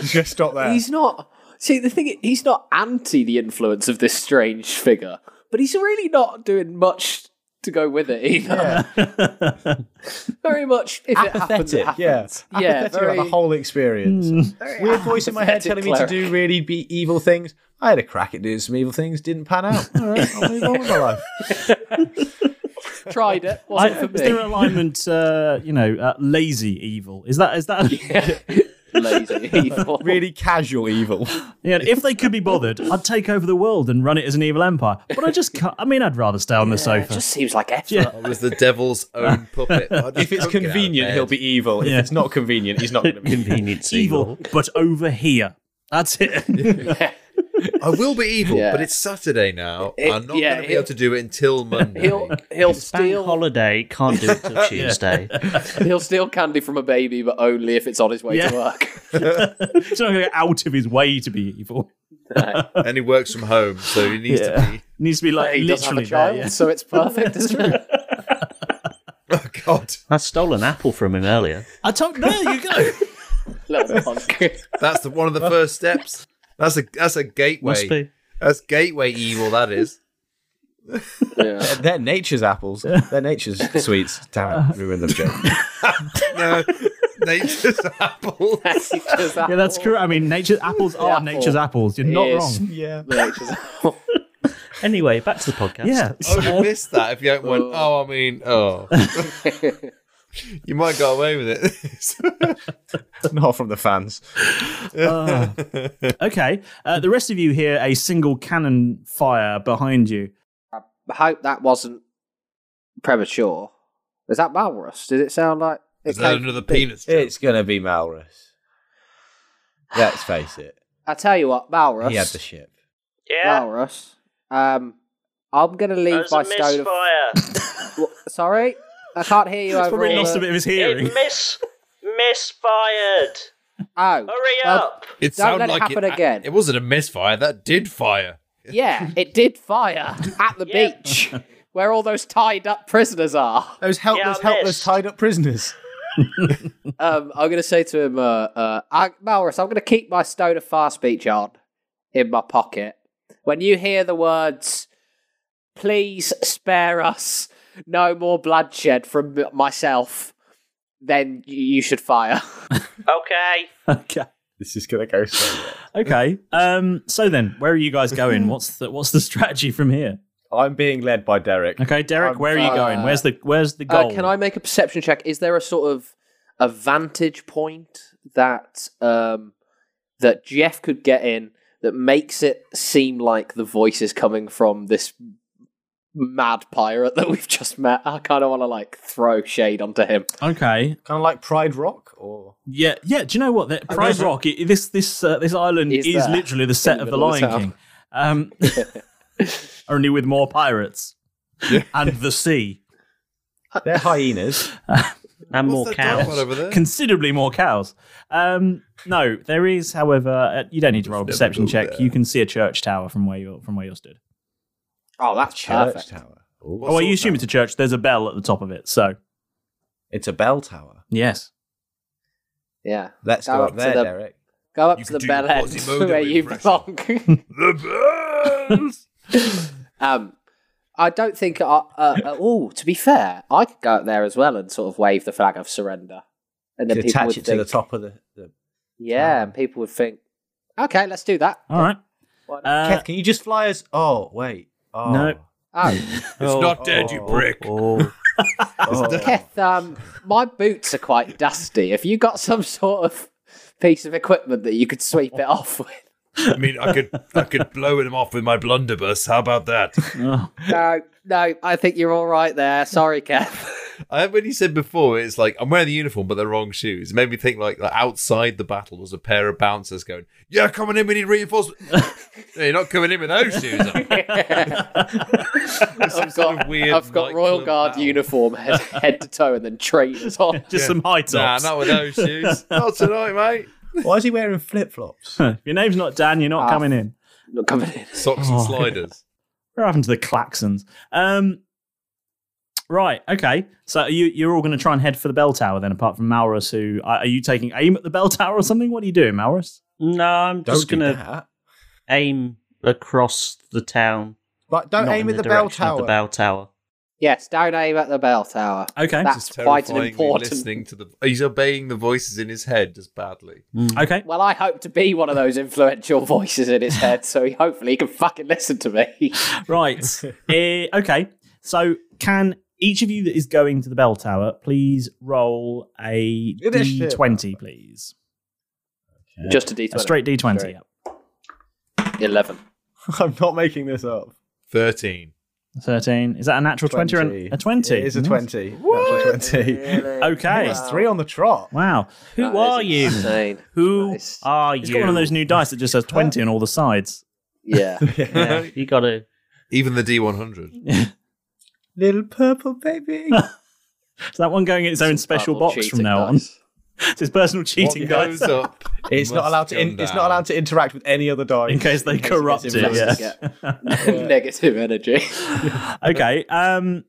B: Just stop there.
H: He's not. See, the thing is, he's not anti the influence of this strange figure, but he's really not doing much to go with it either. very much if it
B: apathetic.
H: happens, it
B: yeah,
H: happens.
B: apathetic about
H: very,
B: the whole experience. Weird voice in my head telling
H: apathetic
B: me to do really be evil things. I had a crack at doing some evil things, didn't pan out. All right, I'll move on with my life.
H: tried it.
C: I,
H: Wasn't
C: is
H: for me.
C: there alignment? Uh, you know, uh, lazy evil. Is that is that?
H: Lazy evil.
B: Really casual evil.
C: Yeah, if they could be bothered, I'd take over the world and run it as an evil empire. But I just can't. I mean, I'd rather stay on the
H: It
C: sofa.
H: just seems like effort.
D: I was the devil's own puppet. I just
B: If
D: don't
B: it's
D: get out of
B: convenient,
D: bed.
B: he'll be evil. If
C: Yeah.
B: it's not convenient, he's not going to be.
E: Convenience
C: evil, but over here. That's it.
D: I will be evil,
H: Yeah.
D: but it's Saturday now.
H: It-
D: I'm not
H: yeah,
D: going to be able
H: he'll-
D: to do it until Monday.
H: He'll he'll
E: Bank
H: steal
E: holiday can't do it till Tuesday.
H: he'll steal candy from a baby, but only if it's on his way
C: Yeah.
H: to work.
C: He's not going to go out of his way to be evil.
D: and he works from home, so he needs to be.
C: Needs to be like
H: He doesn't have
C: literally
H: a child,
C: there, yeah.
H: so it's perfect, isn't it?
D: Oh God,
E: I stole an apple from him earlier.
C: I told. There you go.
H: Little punk.
D: that's the, one of the first steps. That's a that's a
E: Must
D: gateway.
E: be.
D: That's gateway evil. That is.
H: Yeah.
B: They're nature's apples. They're nature's sweets. Damn it, ruined the joke.
D: No, nature's apple.
C: Yeah, that's correct. I mean, nature's apples are
H: apple
C: nature's apples. You're not
H: is-
C: wrong.
B: Yeah.
E: Anyway, back to the podcast.
C: Yeah.
D: Oh, you missed that if you hadn't went. Oh, I mean, oh. you might go away with it.
B: Not from the fans.
C: Uh, Okay. Uh, the rest of you hear a single cannon fire behind you.
H: I hope that wasn't premature. Is that Malrus? Did it sound like it
D: Is that
H: came-
D: another penis? joke?
B: It's going to be Malrus. Let's face it.
H: I tell you what, Malrus.
B: He had the ship.
H: Malrus. Um, I'm gonna leave my stone. Of... Wha- Sorry, I can't hear you.
C: He's
H: over
C: probably
H: all
C: lost
H: the-
C: a bit of his hearing.
E: miss misfired.
H: Oh, well,
D: It
H: Don't
D: sounded
H: let it
D: like
H: happen again.
D: It wasn't a misfire. That did fire.
H: yeah, it did fire at the
E: Yeah.
H: beach where all those tied up prisoners are.
B: Those helpless,
E: I
B: helpless,
E: missed.
B: tied up prisoners.
H: um, I'm going to say to him, uh, uh, I, Malrus, I'm going to keep my stone of far speech on in my pocket. When you hear the words, please spare us no more bloodshed from m- myself, then y- you should fire.
E: Okay.
C: Okay.
B: This is going to go so well.
C: Okay. Um, so then, where are you guys going? What's the what's the strategy from here?
B: I'm being led by Derek.
C: Okay, Derek,
B: Um,
C: where are you
H: uh,
C: going? Where's the where's the
H: Uh,
C: goal?
H: can I make a perception check? Is there a sort of a vantage point that um, that Jeff could get in that makes it seem like the voice is coming from this mad pirate that we've just met? I kind of want to like throw shade onto him.
C: Okay.
B: Kind of like Pride Rock, or
C: Yeah. Yeah. Do you know what? That Pride Rock. i this this uh, this island is,
H: Is there?
C: literally the set
H: the
C: of the
H: middle of
C: Lion
H: the
C: King, um, only with more pirates and the sea.
B: they're hyenas.
E: And more
C: What's that dark
E: cows.
C: one over there? Considerably more cows. Um, no, there is, however, uh, you don't need to roll a perception check. You can see a church tower from where you're from where you're stood.
H: Oh, that's perfect.
B: tower.
C: oh, well, you assume it's a church. There's a bell at the top of it, so
B: it's a bell tower.
C: Yes.
H: Yeah.
B: Let's go up
H: to
B: there,
H: the-
B: Derek.
H: Go up
B: You
H: to
B: could
H: the
B: do
H: bell
B: the
H: end
B: Quasimodo
H: where you belong. the bells. um, I don't think. I, uh, uh, oh, to be fair, I could go up there as well and sort of wave the flag of surrender, and then
B: Could
H: people
B: attach
H: would
B: it to
H: think,
B: the top of the. the
H: yeah, and people would think, okay, let's do that.
C: All right. Uh,
B: Keth, can you just fly us? Oh wait. Oh.
H: No. Oh. It's not dead, you prick.
B: Oh.
H: Keth, um, my boots are quite dusty. Have you got some sort of piece of equipment that you could sweep it off with?
D: I mean, I could I could blow him off with my blunderbuss. How about that?
H: No, no, I think you're all right there. Sorry, Kev.
D: I when you said before, it's like I'm wearing the uniform but the wrong shoes. It made me think like that outside the battle was a pair of bouncers going, "Yeah, coming in, we need reinforcements." no, you're not coming in with those shoes. on.
H: I've got, I've got Royal Guard uniform head, head to toe and then trainers on.
C: Just some high tops.
D: not tonight, mate.
B: Why is he wearing flip flops?
C: Your name's not Dan. You're not
B: Ah,
C: coming in.
H: Not coming in.
D: Socks and sliders.
C: We're having to the claxons. Um, right. Okay. So are you you're all going to try and head for the bell tower then. Apart from Maurus, who are are you taking aim at the bell tower or something? What are you doing, Maurus?
E: No, I'm
C: Don't
E: just
C: do
E: gonna
C: that.
E: aim across the town.
B: But don't
E: not
B: aim
E: in
B: at the bell
E: direction of The
B: tower.
E: bell tower.
H: Yes, don't aim at the bell tower.
C: Okay,
H: that's quite an important.
D: Listening to the, he's obeying the voices in his head just badly.
C: Okay.
H: Well, I hope to be one of those influential voices in his head, so he hopefully he can fucking listen to me.
C: Right. Eh, okay. So can each of you that is going to the bell tower please roll a
H: Initiative.
C: d20, please.
H: Just a D20.
C: A straight d20.
H: Straight.
C: yeah.
H: Eleven.
B: I'm not making this up.
D: Thirteen.
C: Thirteen. Is that a natural twenty, or an- a twenty?
B: It is a
C: Nice.
B: twenty. Natural twenty.
C: Okay.
B: It's three on the trot.
C: Wow. Who Oh, are you? Who are you? It's got one of those new dice that just says 20 on all the sides.
H: Yeah.
E: Yeah, you got to.
D: Even the D100.
B: Little purple baby.
C: Is that one going in its own special
B: Purple
C: box from
B: cheating
C: now on? it's his personal cheating
B: What
C: dice.
B: goes up It's not allowed to. In, it's not allowed to interact with any other dice
C: In case they
B: gets
C: corrupt it,
B: influenced.
C: yes.
H: Negative energy.
C: okay. Um,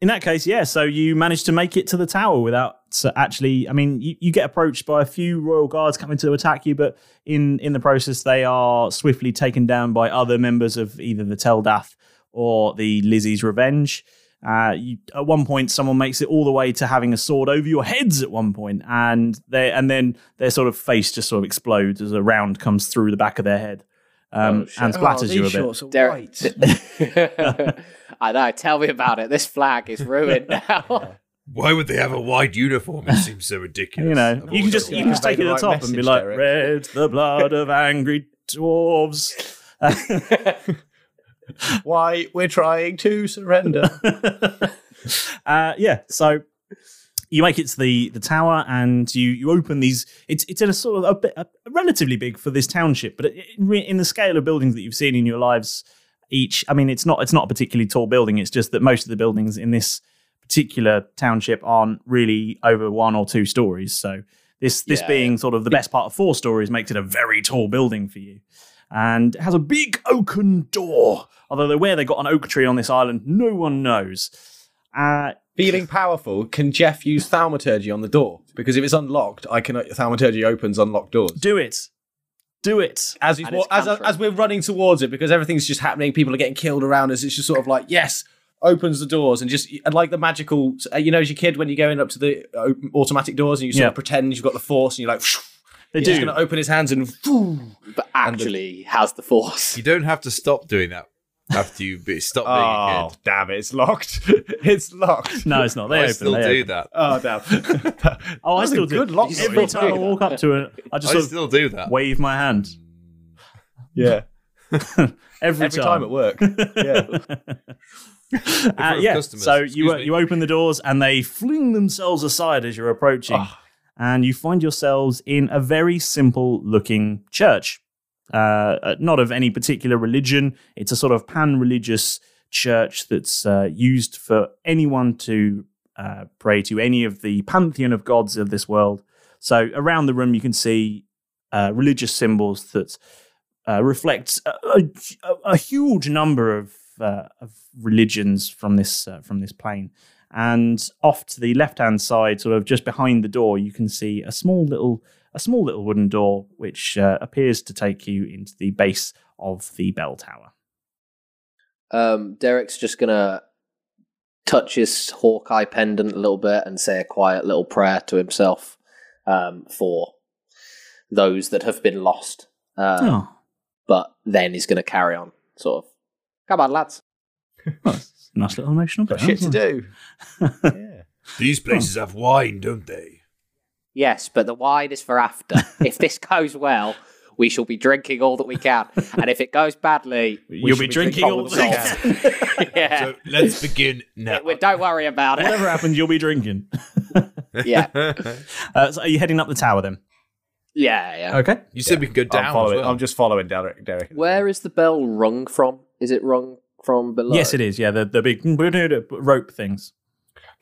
C: in that case, yeah. So you managed to make it to the tower without so actually. I mean, you, you get approached by a few royal guards coming to attack you, but in in the process, they are swiftly taken down by other members of either the Teldath or the Lizzie's Revenge. Uh, you, at one point, someone makes it all the way to having a sword over your heads. At one point, and they and then their sort of face just sort of explodes as a round comes through the back of their head um, and splatters
B: Oh,
C: you a bit.
H: Derek- I know. Tell me about it. This flag is ruined now.
D: Why would they have a white uniform? It seems so ridiculous.
C: You know, you can just you can just take it to the top and be like, "Red, the blood of angry dwarves."
B: Why we're trying to surrender?
C: Uh, yeah, so you make it to the the tower and you you open these. It's it's in a sort of a bit a, relatively big for this township, but it, in, in the scale of buildings that you've seen in your lives, each I mean, it's not it's not a particularly tall building. It's just that most of the buildings in this particular township aren't really over one or two stories. So this this
J: Yeah.
C: being sort of the best part of four stories makes it a very tall building for you. And it has a big oaken door. Although they- where they got an oak tree on this island, no one knows. Uh,
B: Feeling powerful, can Jeff use thaumaturgy on the door? Because if it's unlocked, I can thaumaturgy opens unlocked doors.
C: Do it. Do it.
B: As he's,
C: And
B: wa-
C: it's
B: as,
C: cantrip.
B: as we're running towards it, because everything's just happening, people are getting killed around us. It's just sort of like yes, opens the doors and just and like the magical, uh, you know, as your kid when you're going up to the uh, automatic doors and you sort
C: Yeah.
B: of pretend you've got the force and you're like,
C: They
B: he's
C: do.
B: just going to open his hands and. Whoo,
H: but actually, has the force.
D: You don't have to stop doing that after you be, stop being a kid.
B: Oh, damn it! It's locked. it's locked.
C: No, it's not. They
D: I
C: open.
D: still
C: they
D: do
C: open.
D: that.
B: Oh damn!
C: Oh, I
B: That's a
C: still do.
B: good lock
C: Every
B: though.
C: time I walk up to it, I just
B: I
C: sort of
B: still do that.
C: Wave my hand.
B: Yeah.
C: Every,
B: Every time at work.
C: Uh,
B: of
C: yeah.
B: customers.
C: So you
B: Excuse me.
C: you open the doors and they fling themselves aside as you're approaching,
B: Ah.
C: and you find yourselves in a very simple looking church. Uh, uh, not of any particular religion. It's a sort of pan religious church that's uh, used for anyone to uh, uh, pray to any of the pantheon of gods of this world. So around the room, you can see uh, religious symbols that uh, reflect a, a, a huge number of, uh, of religions from this uh, from this plane. And off to the left hand side, sort of just behind the door, you can see a small little a small little wooden door which uh, appears to take you into the base of the bell tower.
H: Um, Derek's just gonna touch his Hawkeye pendant a little bit and say a quiet little prayer to himself um, for those that have been lost. Uh,
C: Oh.
H: But then he's gonna carry on, sort of. Come on, lads.
C: Nice little emotional bit.
H: shit to
B: do.
D: These places have wine, don't they?
H: Yes, but the wine is for after. if this goes well, we shall be drinking all that we can, and if it goes badly, we
D: You'll
H: shall
D: be drinking all
H: that we can. yeah.
D: Let's begin now.
H: Well, don't worry about it.
C: Whatever happens, you'll be drinking.
H: Yeah.
C: Uh, so are you heading up the tower then?
H: Yeah, yeah.
C: Okay.
D: You said we could go
B: I'm
D: down.
B: following-
D: as well.
B: I'm just following Derek. Derek.
H: Where is the bell rung from? Is it rung from below?
C: Yes, it is. Yeah, the, the big rope things.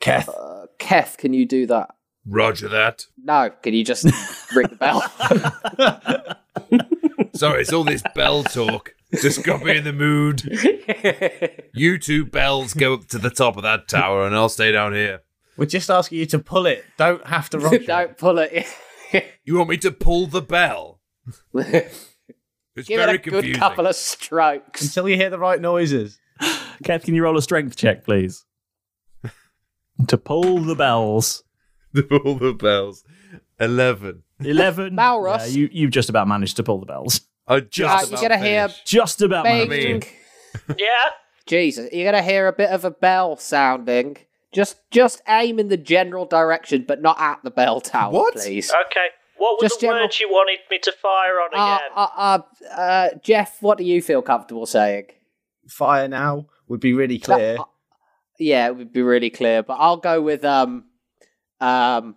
B: Keth.
H: Uh, Keth, can you do that?
D: Roger that.
H: No, can you just ring the bell?
D: Sorry, it's all this bell talk. Just got me in the mood. You two bells go up to the top of that tower, and I'll stay down here.
B: We're just asking you to pull it. Don't have to rock.
H: Don't pull it.
D: You want me to pull the bell? It's
H: Give
D: very
H: it a
D: confusing.
H: good couple of strokes.
B: Until you hear the right noises.
C: Kev, can you roll a strength check, please? to pull the bells.
D: To pull the bells. Eleven.
C: 11.
H: Maurus.
C: Yeah, you, you've just about managed to pull the bells.
D: I just.
H: Uh, you're gonna hear
C: Just about
H: bing.
C: managed.
H: Jesus, you're gonna hear a bit of a bell sounding. Just, just aim in the general direction, but not at the bell tower,
D: What?
H: please.
F: Okay. What were
H: Just
F: the
H: general-
F: words you wanted me to fire on
H: Uh,
F: again?
H: uh, uh, uh, Jeff, what do you feel comfortable saying?
B: Fire now would be really clear.
H: That- uh, yeah, it would be really clear, but I'll go with um, um,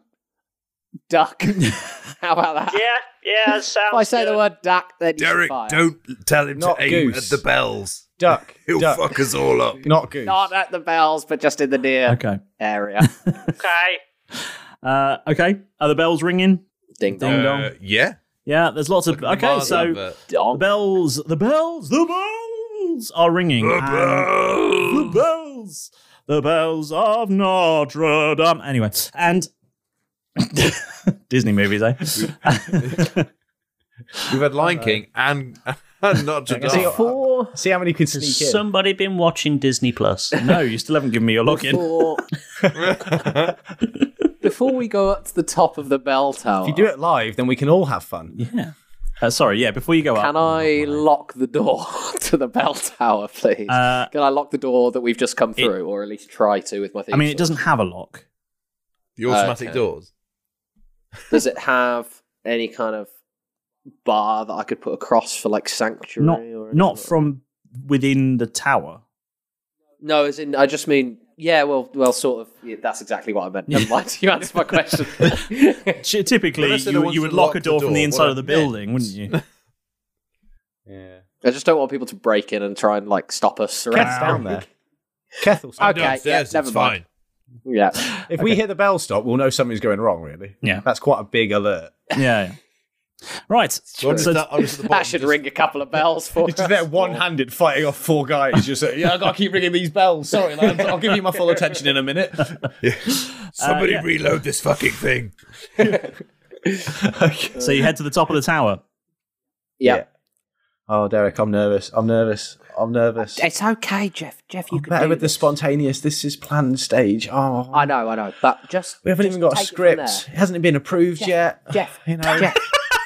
H: duck. How about that?
F: yeah, yeah, that sounds.
H: uh, if I say
F: good.
H: the word duck, then you
D: Derek,
H: should fire.
D: don't tell him
B: Not
D: to aim
B: goose.
D: at the bells.
B: Duck.
D: He'll
B: duck.
D: fuck us all up.
B: Not goose.
H: Not at the bells, but just in the near
C: Okay.
H: area.
F: Okay.
C: Uh, okay. Are the bells ringing? Ding
H: Ding dong,
C: dong.
D: Uh, yeah.
C: Yeah, there's lots of.
D: Look at the
C: Okay,
D: Mars
C: so
D: advert.
C: the
H: dong.
C: bells, the bells, the bells are ringing.
D: The
C: and- the
D: bells.
C: bells, the bells of Notre Dame. Anyway, and Disney movies, eh?
D: We've had Lion King and, and Notre
B: guess
D: Dame.
B: I'll- See how many could sneak in.
E: Somebody been watching Disney Plus?
C: no, you still haven't given me your login.
H: Before, before we go up to the top of the bell tower,
B: If you do it live, then we can all have fun.
C: Yeah. Uh, sorry, yeah. Before you go up,
H: can I lock the door to the bell tower, please?
C: Uh,
H: can I lock the door that we've just come through, or at least try to with my thieves?
C: I mean, it
H: sword?
C: doesn't have a lock.
D: The automatic
H: Okay.
D: doors.
H: Does it have any kind of bar that I could put across for like sanctuary?
C: Not,
H: or anything
C: not
H: like that?
C: from within the tower.
H: No, as in I just mean yeah. Well, well, sort of. Yeah, that's exactly what I meant. Never mind. You answered my question.
C: T- Typically,
D: Unless they're the
C: you,
D: ones
C: you
D: that
C: would lock
D: lock
C: a
D: the
C: door, from
D: door,
C: the
D: what
C: inside
D: I
C: of the
D: meant.
C: building, wouldn't you?
B: Yeah.
H: I just don't want people to break in and try and like stop us. Around.
B: Keth's down there. Keth will stop.
H: Okay, yeah, never mind. Yeah.
B: If we hear the bell stop, we'll know something's going wrong, really.
C: Yeah.
B: That's quite a big alert.
C: Yeah. yeah. Right.
D: So
C: So-
D: that, honest at the
H: That
D: bottom,
H: should
D: just-
H: ring a couple of bells for
B: It's just there one handed fighting off four guys. Just like, yeah, i got to keep ringing these bells. Sorry, lads. I'll give you my full attention in a minute.
D: Somebody
C: yeah.
D: reload this fucking thing.
C: So you head to the top of the tower.
H: Yeah.
B: Oh, Derek, I'm nervous. I'm nervous. I'm nervous.
H: It's okay, Jeff. Jeff, you
B: I'm
H: can
B: better
H: do
B: with the
H: this.
B: spontaneous. This is planned stage. Oh,
H: I know, I know, but just
B: we haven't
H: just
B: even got a
H: take it from
B: script. It hasn't been approved
H: there.
B: yet.
H: Jeff,
B: You know.
H: Jeff,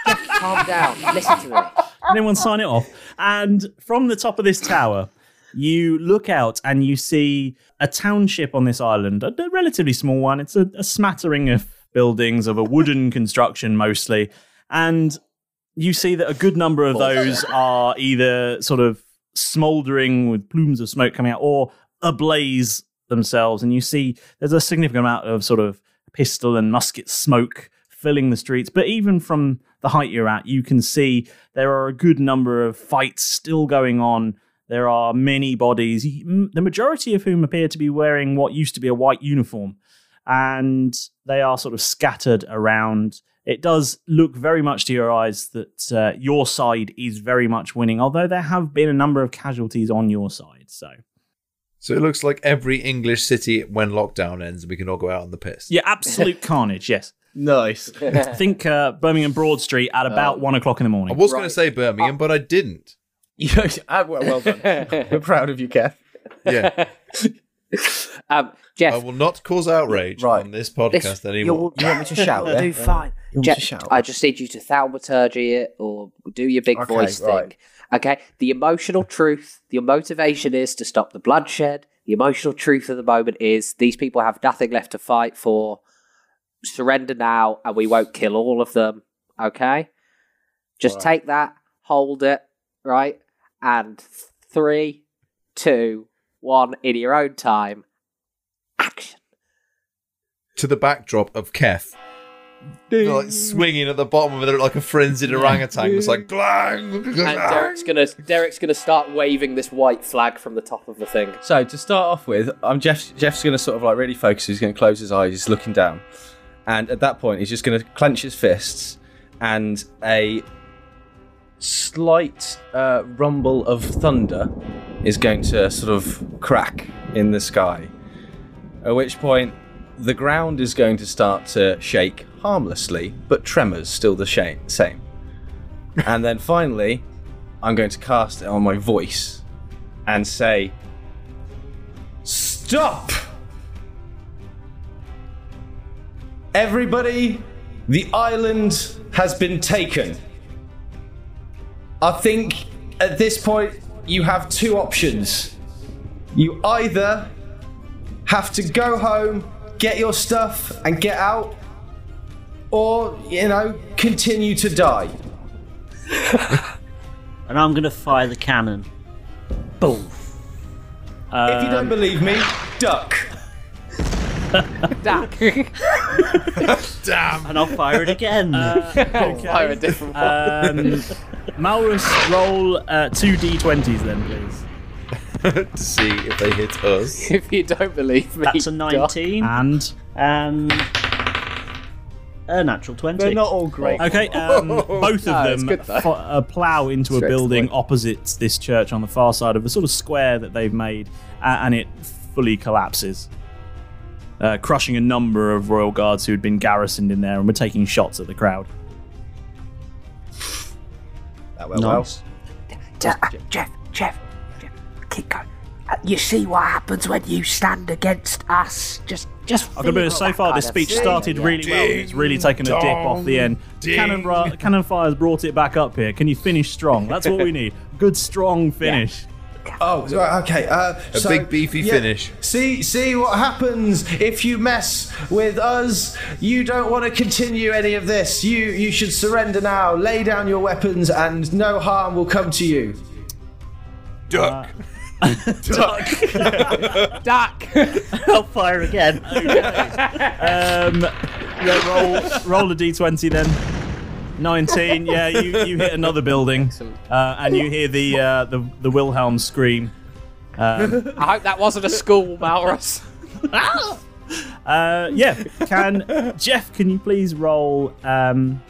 H: Jeff, calm down. Listen to me.
C: Did anyone sign it off? And from the top of this tower, you look out and you see a township on this island, a a relatively small one. It's a, a smattering of buildings of a wooden construction mostly. And you see that a good number of those are either sort of smoldering with plumes of smoke coming out or ablaze themselves. And you see there's a significant amount of sort of pistol and musket smoke filling the streets. But even from the height you're at, you can see there are a good number of fights still going on. There are many bodies, m- the majority of whom appear to be wearing what used to be a white uniform. and they are sort of scattered around. It does look very much to your eyes that uh, your side is very much winning, although there have been a number of casualties on your side. So,
D: So it looks like every English city when lockdown ends, we can all go out on the piss.
C: yeah, absolute carnage. Yes.
B: Nice.
C: Think uh, Birmingham Broad Street at about one o'clock in
D: I
C: the morning.
D: was going to say Birmingham, but I didn't.
B: ah, well, well done. We're proud of you, Kev.
D: Yeah,
H: Um,
D: I
H: Jeff,
D: will not cause outrage
B: Right.
D: on this podcast
H: This-
D: anymore.
B: You want me to shout?
K: I'll
B: yeah?
K: do fine.
B: You want me to
H: Jeff
B: shout?
H: I just need you to thaumaturgy it or do your big
B: Okay,
H: voice thing.
B: right.
H: Okay. The emotional truth, your motivation is to stop the bloodshed. The emotional truth of the moment is these people have nothing left to fight for. Surrender now, and we won't kill all of them. Okay. Just
B: Right.
H: take that, hold it, right, and three, two, one, in your own time. Action.
D: To the backdrop of Kef, they're, like swinging at the bottom of it like a frenzied orangutan, just like glang.
H: And Derek's gonna Derek's gonna start waving this white flag from the top of the thing.
B: So to start off with, I'm Jeff. Jeff's going to sort of like really focus. He's going to close his eyes. He's looking down, and at that point, he's just going to clench his fists, and a slight uh, rumble of thunder is going to sort of crack in the sky. At which point, the ground is going to start to shake harmlessly, but tremors still the sha- same. and then finally, I'm going to cast it on my voice and say. Stop! Everybody, the island has been taken. I think at this point you have two options. You either have to go home, get your stuff, and get out, or, you know, continue to die.
E: And I'm going to fire the cannon. Boom.
B: if you don't believe me, duck.
H: Uh,
D: Damn.
E: And I'll fire it again.
C: Uh,
H: Fire a different one.
C: Um, Malrus, roll uh, two d20s then, please.
D: to see if they hit us.
H: if you don't believe me.
E: That's a
H: God.
E: 19
C: And
E: and a natural 20.
B: all great.
C: Okay, um, both
H: No,
C: of
H: it's
C: them
H: good though.
C: fo- uh, plow into a
H: Straight to the
C: building
H: point.
C: opposite this church on the far side of a sort of square that they've made, uh, and it fully collapses, uh, crushing a number of royal guards who had been garrisoned in there and were taking shots at the crowd.
B: That went well.
K: Jeff, uh, Jeff, Jeff, Jeff, keep going. Uh, You see what happens when you stand against us. Just, just.
C: I've got to be
K: feel
C: honest, so
K: that
C: far
K: kind
C: this
K: of
C: speech
K: feeling.
C: started
K: Yeah.
C: really well. It's really taken a dip off the end. Cannon, ra- cannon fire's brought it back up here. Can you finish strong? That's what we need. Good strong finish.
B: Oh, right, okay. Uh,
D: A
B: so-
D: big beefy
B: yeah.
D: finish.
B: See, see what happens if you mess with us. You don't want to continue any of this. You, you should surrender now. Lay down your weapons, and no harm will come to you.
D: Duck.
E: I'll fire again.
C: Um, yeah, roll, roll a d20 then. 19. Yeah, you, you hit another building, uh, and you hear the uh, the the Wilhelm scream.
H: I hope that wasn't a school, Malrus.
C: Uh, yeah, can Jeff? Can you please roll um,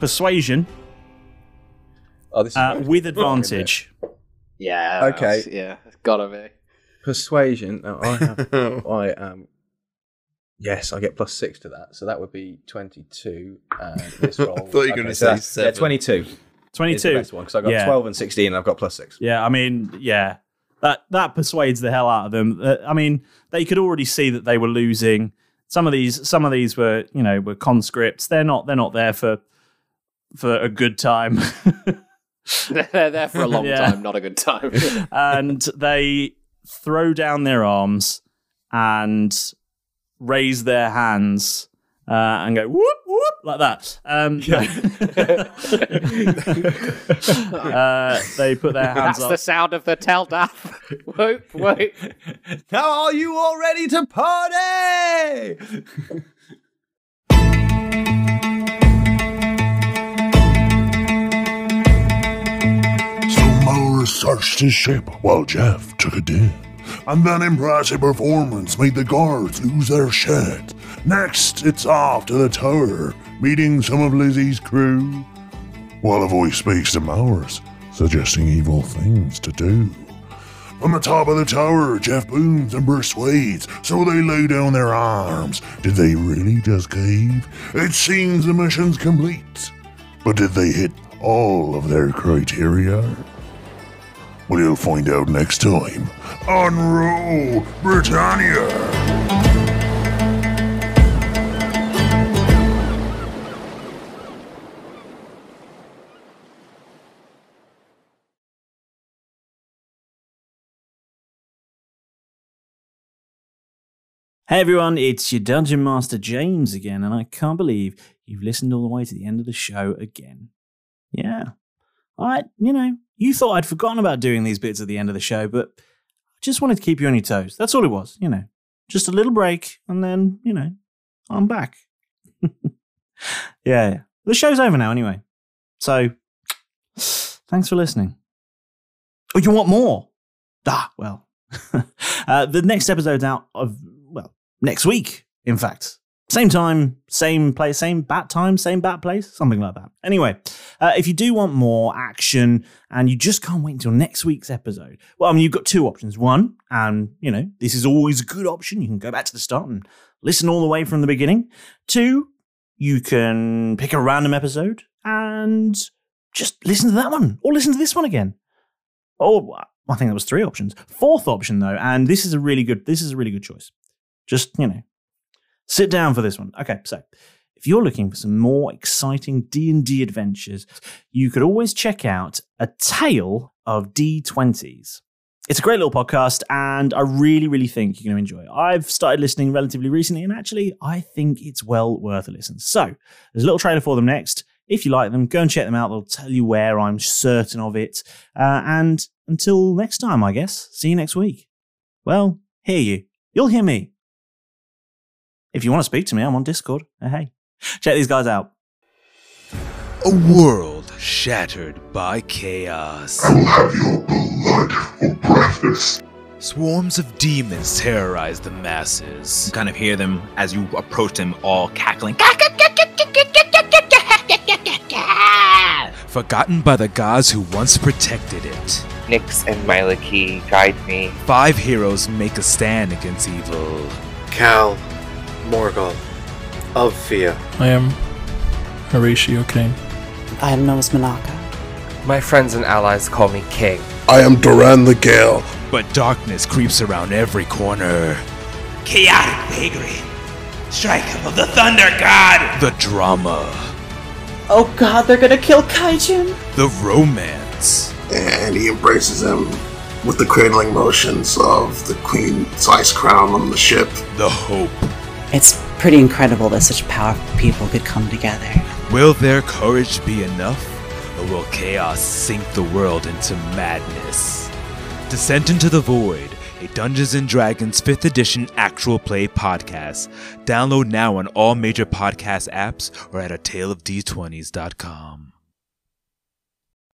C: persuasion
B: Oh, this is
C: uh, with advantage?
H: Yeah.
B: Okay.
H: Yeah, it's gotta be.
B: persuasion. I have. I am. Yes, I get plus six to that, so that would be twenty-two. And this roll,
D: thought you were gonna say seven.
B: Yeah, twenty-two. Is the
C: 22.
B: best one because I got
C: Yeah.
B: twelve and sixteen, and I've got plus six.
C: Yeah, I mean, yeah, that that persuades the hell out of them. Uh, I mean, they could already see that they were losing. Some of these, some of these were, you know, were conscripts. They're not, they're not there for for a good time,
H: They're there for a long
C: Yeah.
H: time, not a good time.
C: and they throw down their arms and raise their hands. Uh, and go whoop whoop like that. Um, uh, they put their hands
H: That's
C: up.
H: the sound of the tell death. whoop, whoop.
B: Now, are you all ready to party?
L: So Mole searched his ship while Jeff took a dip. and that impressive performance made the guards lose their shit. Next, it's off to the tower, meeting some of Lizzie's crew. While a voice speaks to Mowers, suggesting evil things to do. From the top of the tower, Jeff booms and persuades, so they lay down their arms. Did they really just cave? It seems the mission's complete. But did they hit all of their criteria? Well, you'll find out next time on Roll Britannia.
C: Hey everyone, it's your Dungeon Master James again, and I can't believe you've listened all the way to the end of the show again. Yeah. I, you know, you thought I'd forgotten about doing these bits at the end of the show, but I just wanted to keep you on your toes. That's all it was, you know. Just a little break, and then, you know, I'm back. yeah. The show's over now, anyway. So, thanks for listening. Oh, you want more? Ah, well. uh, the next episode's out of, well, next week, in fact. Same time, same place, same bat time, same bat place, something like that. Anyway, uh, if you do want more action and you just can't wait until next week's episode, well, I mean, you've got two options. One, and, you know, this is always a good option. You can go back to the start and listen all the way from the beginning. Two, you can pick a random episode and just listen to that one or listen to this one again. Oh, I think that was three options. Fourth option though, and this is a really good this is a really good choice. Just, you know, sit down for this one. Okay, so if you're looking for some more exciting D&D adventures, you could always check out A Tale of D20s. It's a great little podcast and I really really think you're going to enjoy it. I've started listening relatively recently and actually I think it's well worth a listen. So, there's a little trailer for them next. If you like them, go and check them out. They'll tell you where I'm certain of it. Uh, and until next time, I guess, see you next week. Well, hear you. You'll hear me. If you want to speak to me, I'm on Discord. Uh, hey, check these guys out.
M: A world shattered by chaos. I will have your blood for breakfast. Swarms of demons terrorize the masses.
N: You kind of hear them as you approach them, all cackling.
M: Forgotten by the gods who once protected it.
O: Nix and Milaki guide me.
M: Five heroes make a stand against evil.
P: Cal Morgul of Fear.
Q: I am Horatio Kane.
A: I am Nose Monaka.
O: My friends and allies call me King.
L: I am Duran the Gale.
M: But darkness creeps around every corner.
K: Chaotic vagary. Strike of the Thunder God.
M: The drama.
A: Oh god, they're gonna kill Kaijin!
M: The romance.
R: and he embraces him with the cradling motions of the queen's ice crown on the ship.
M: The hope.
A: It's pretty incredible that such powerful people could come together.
M: Will their courage be enough? Or will chaos sink the world into madness? Descent into the Void, a Dungeons and Dragons 5th edition actual play podcast. Download now on all major podcast apps or at a taleofd20s.com.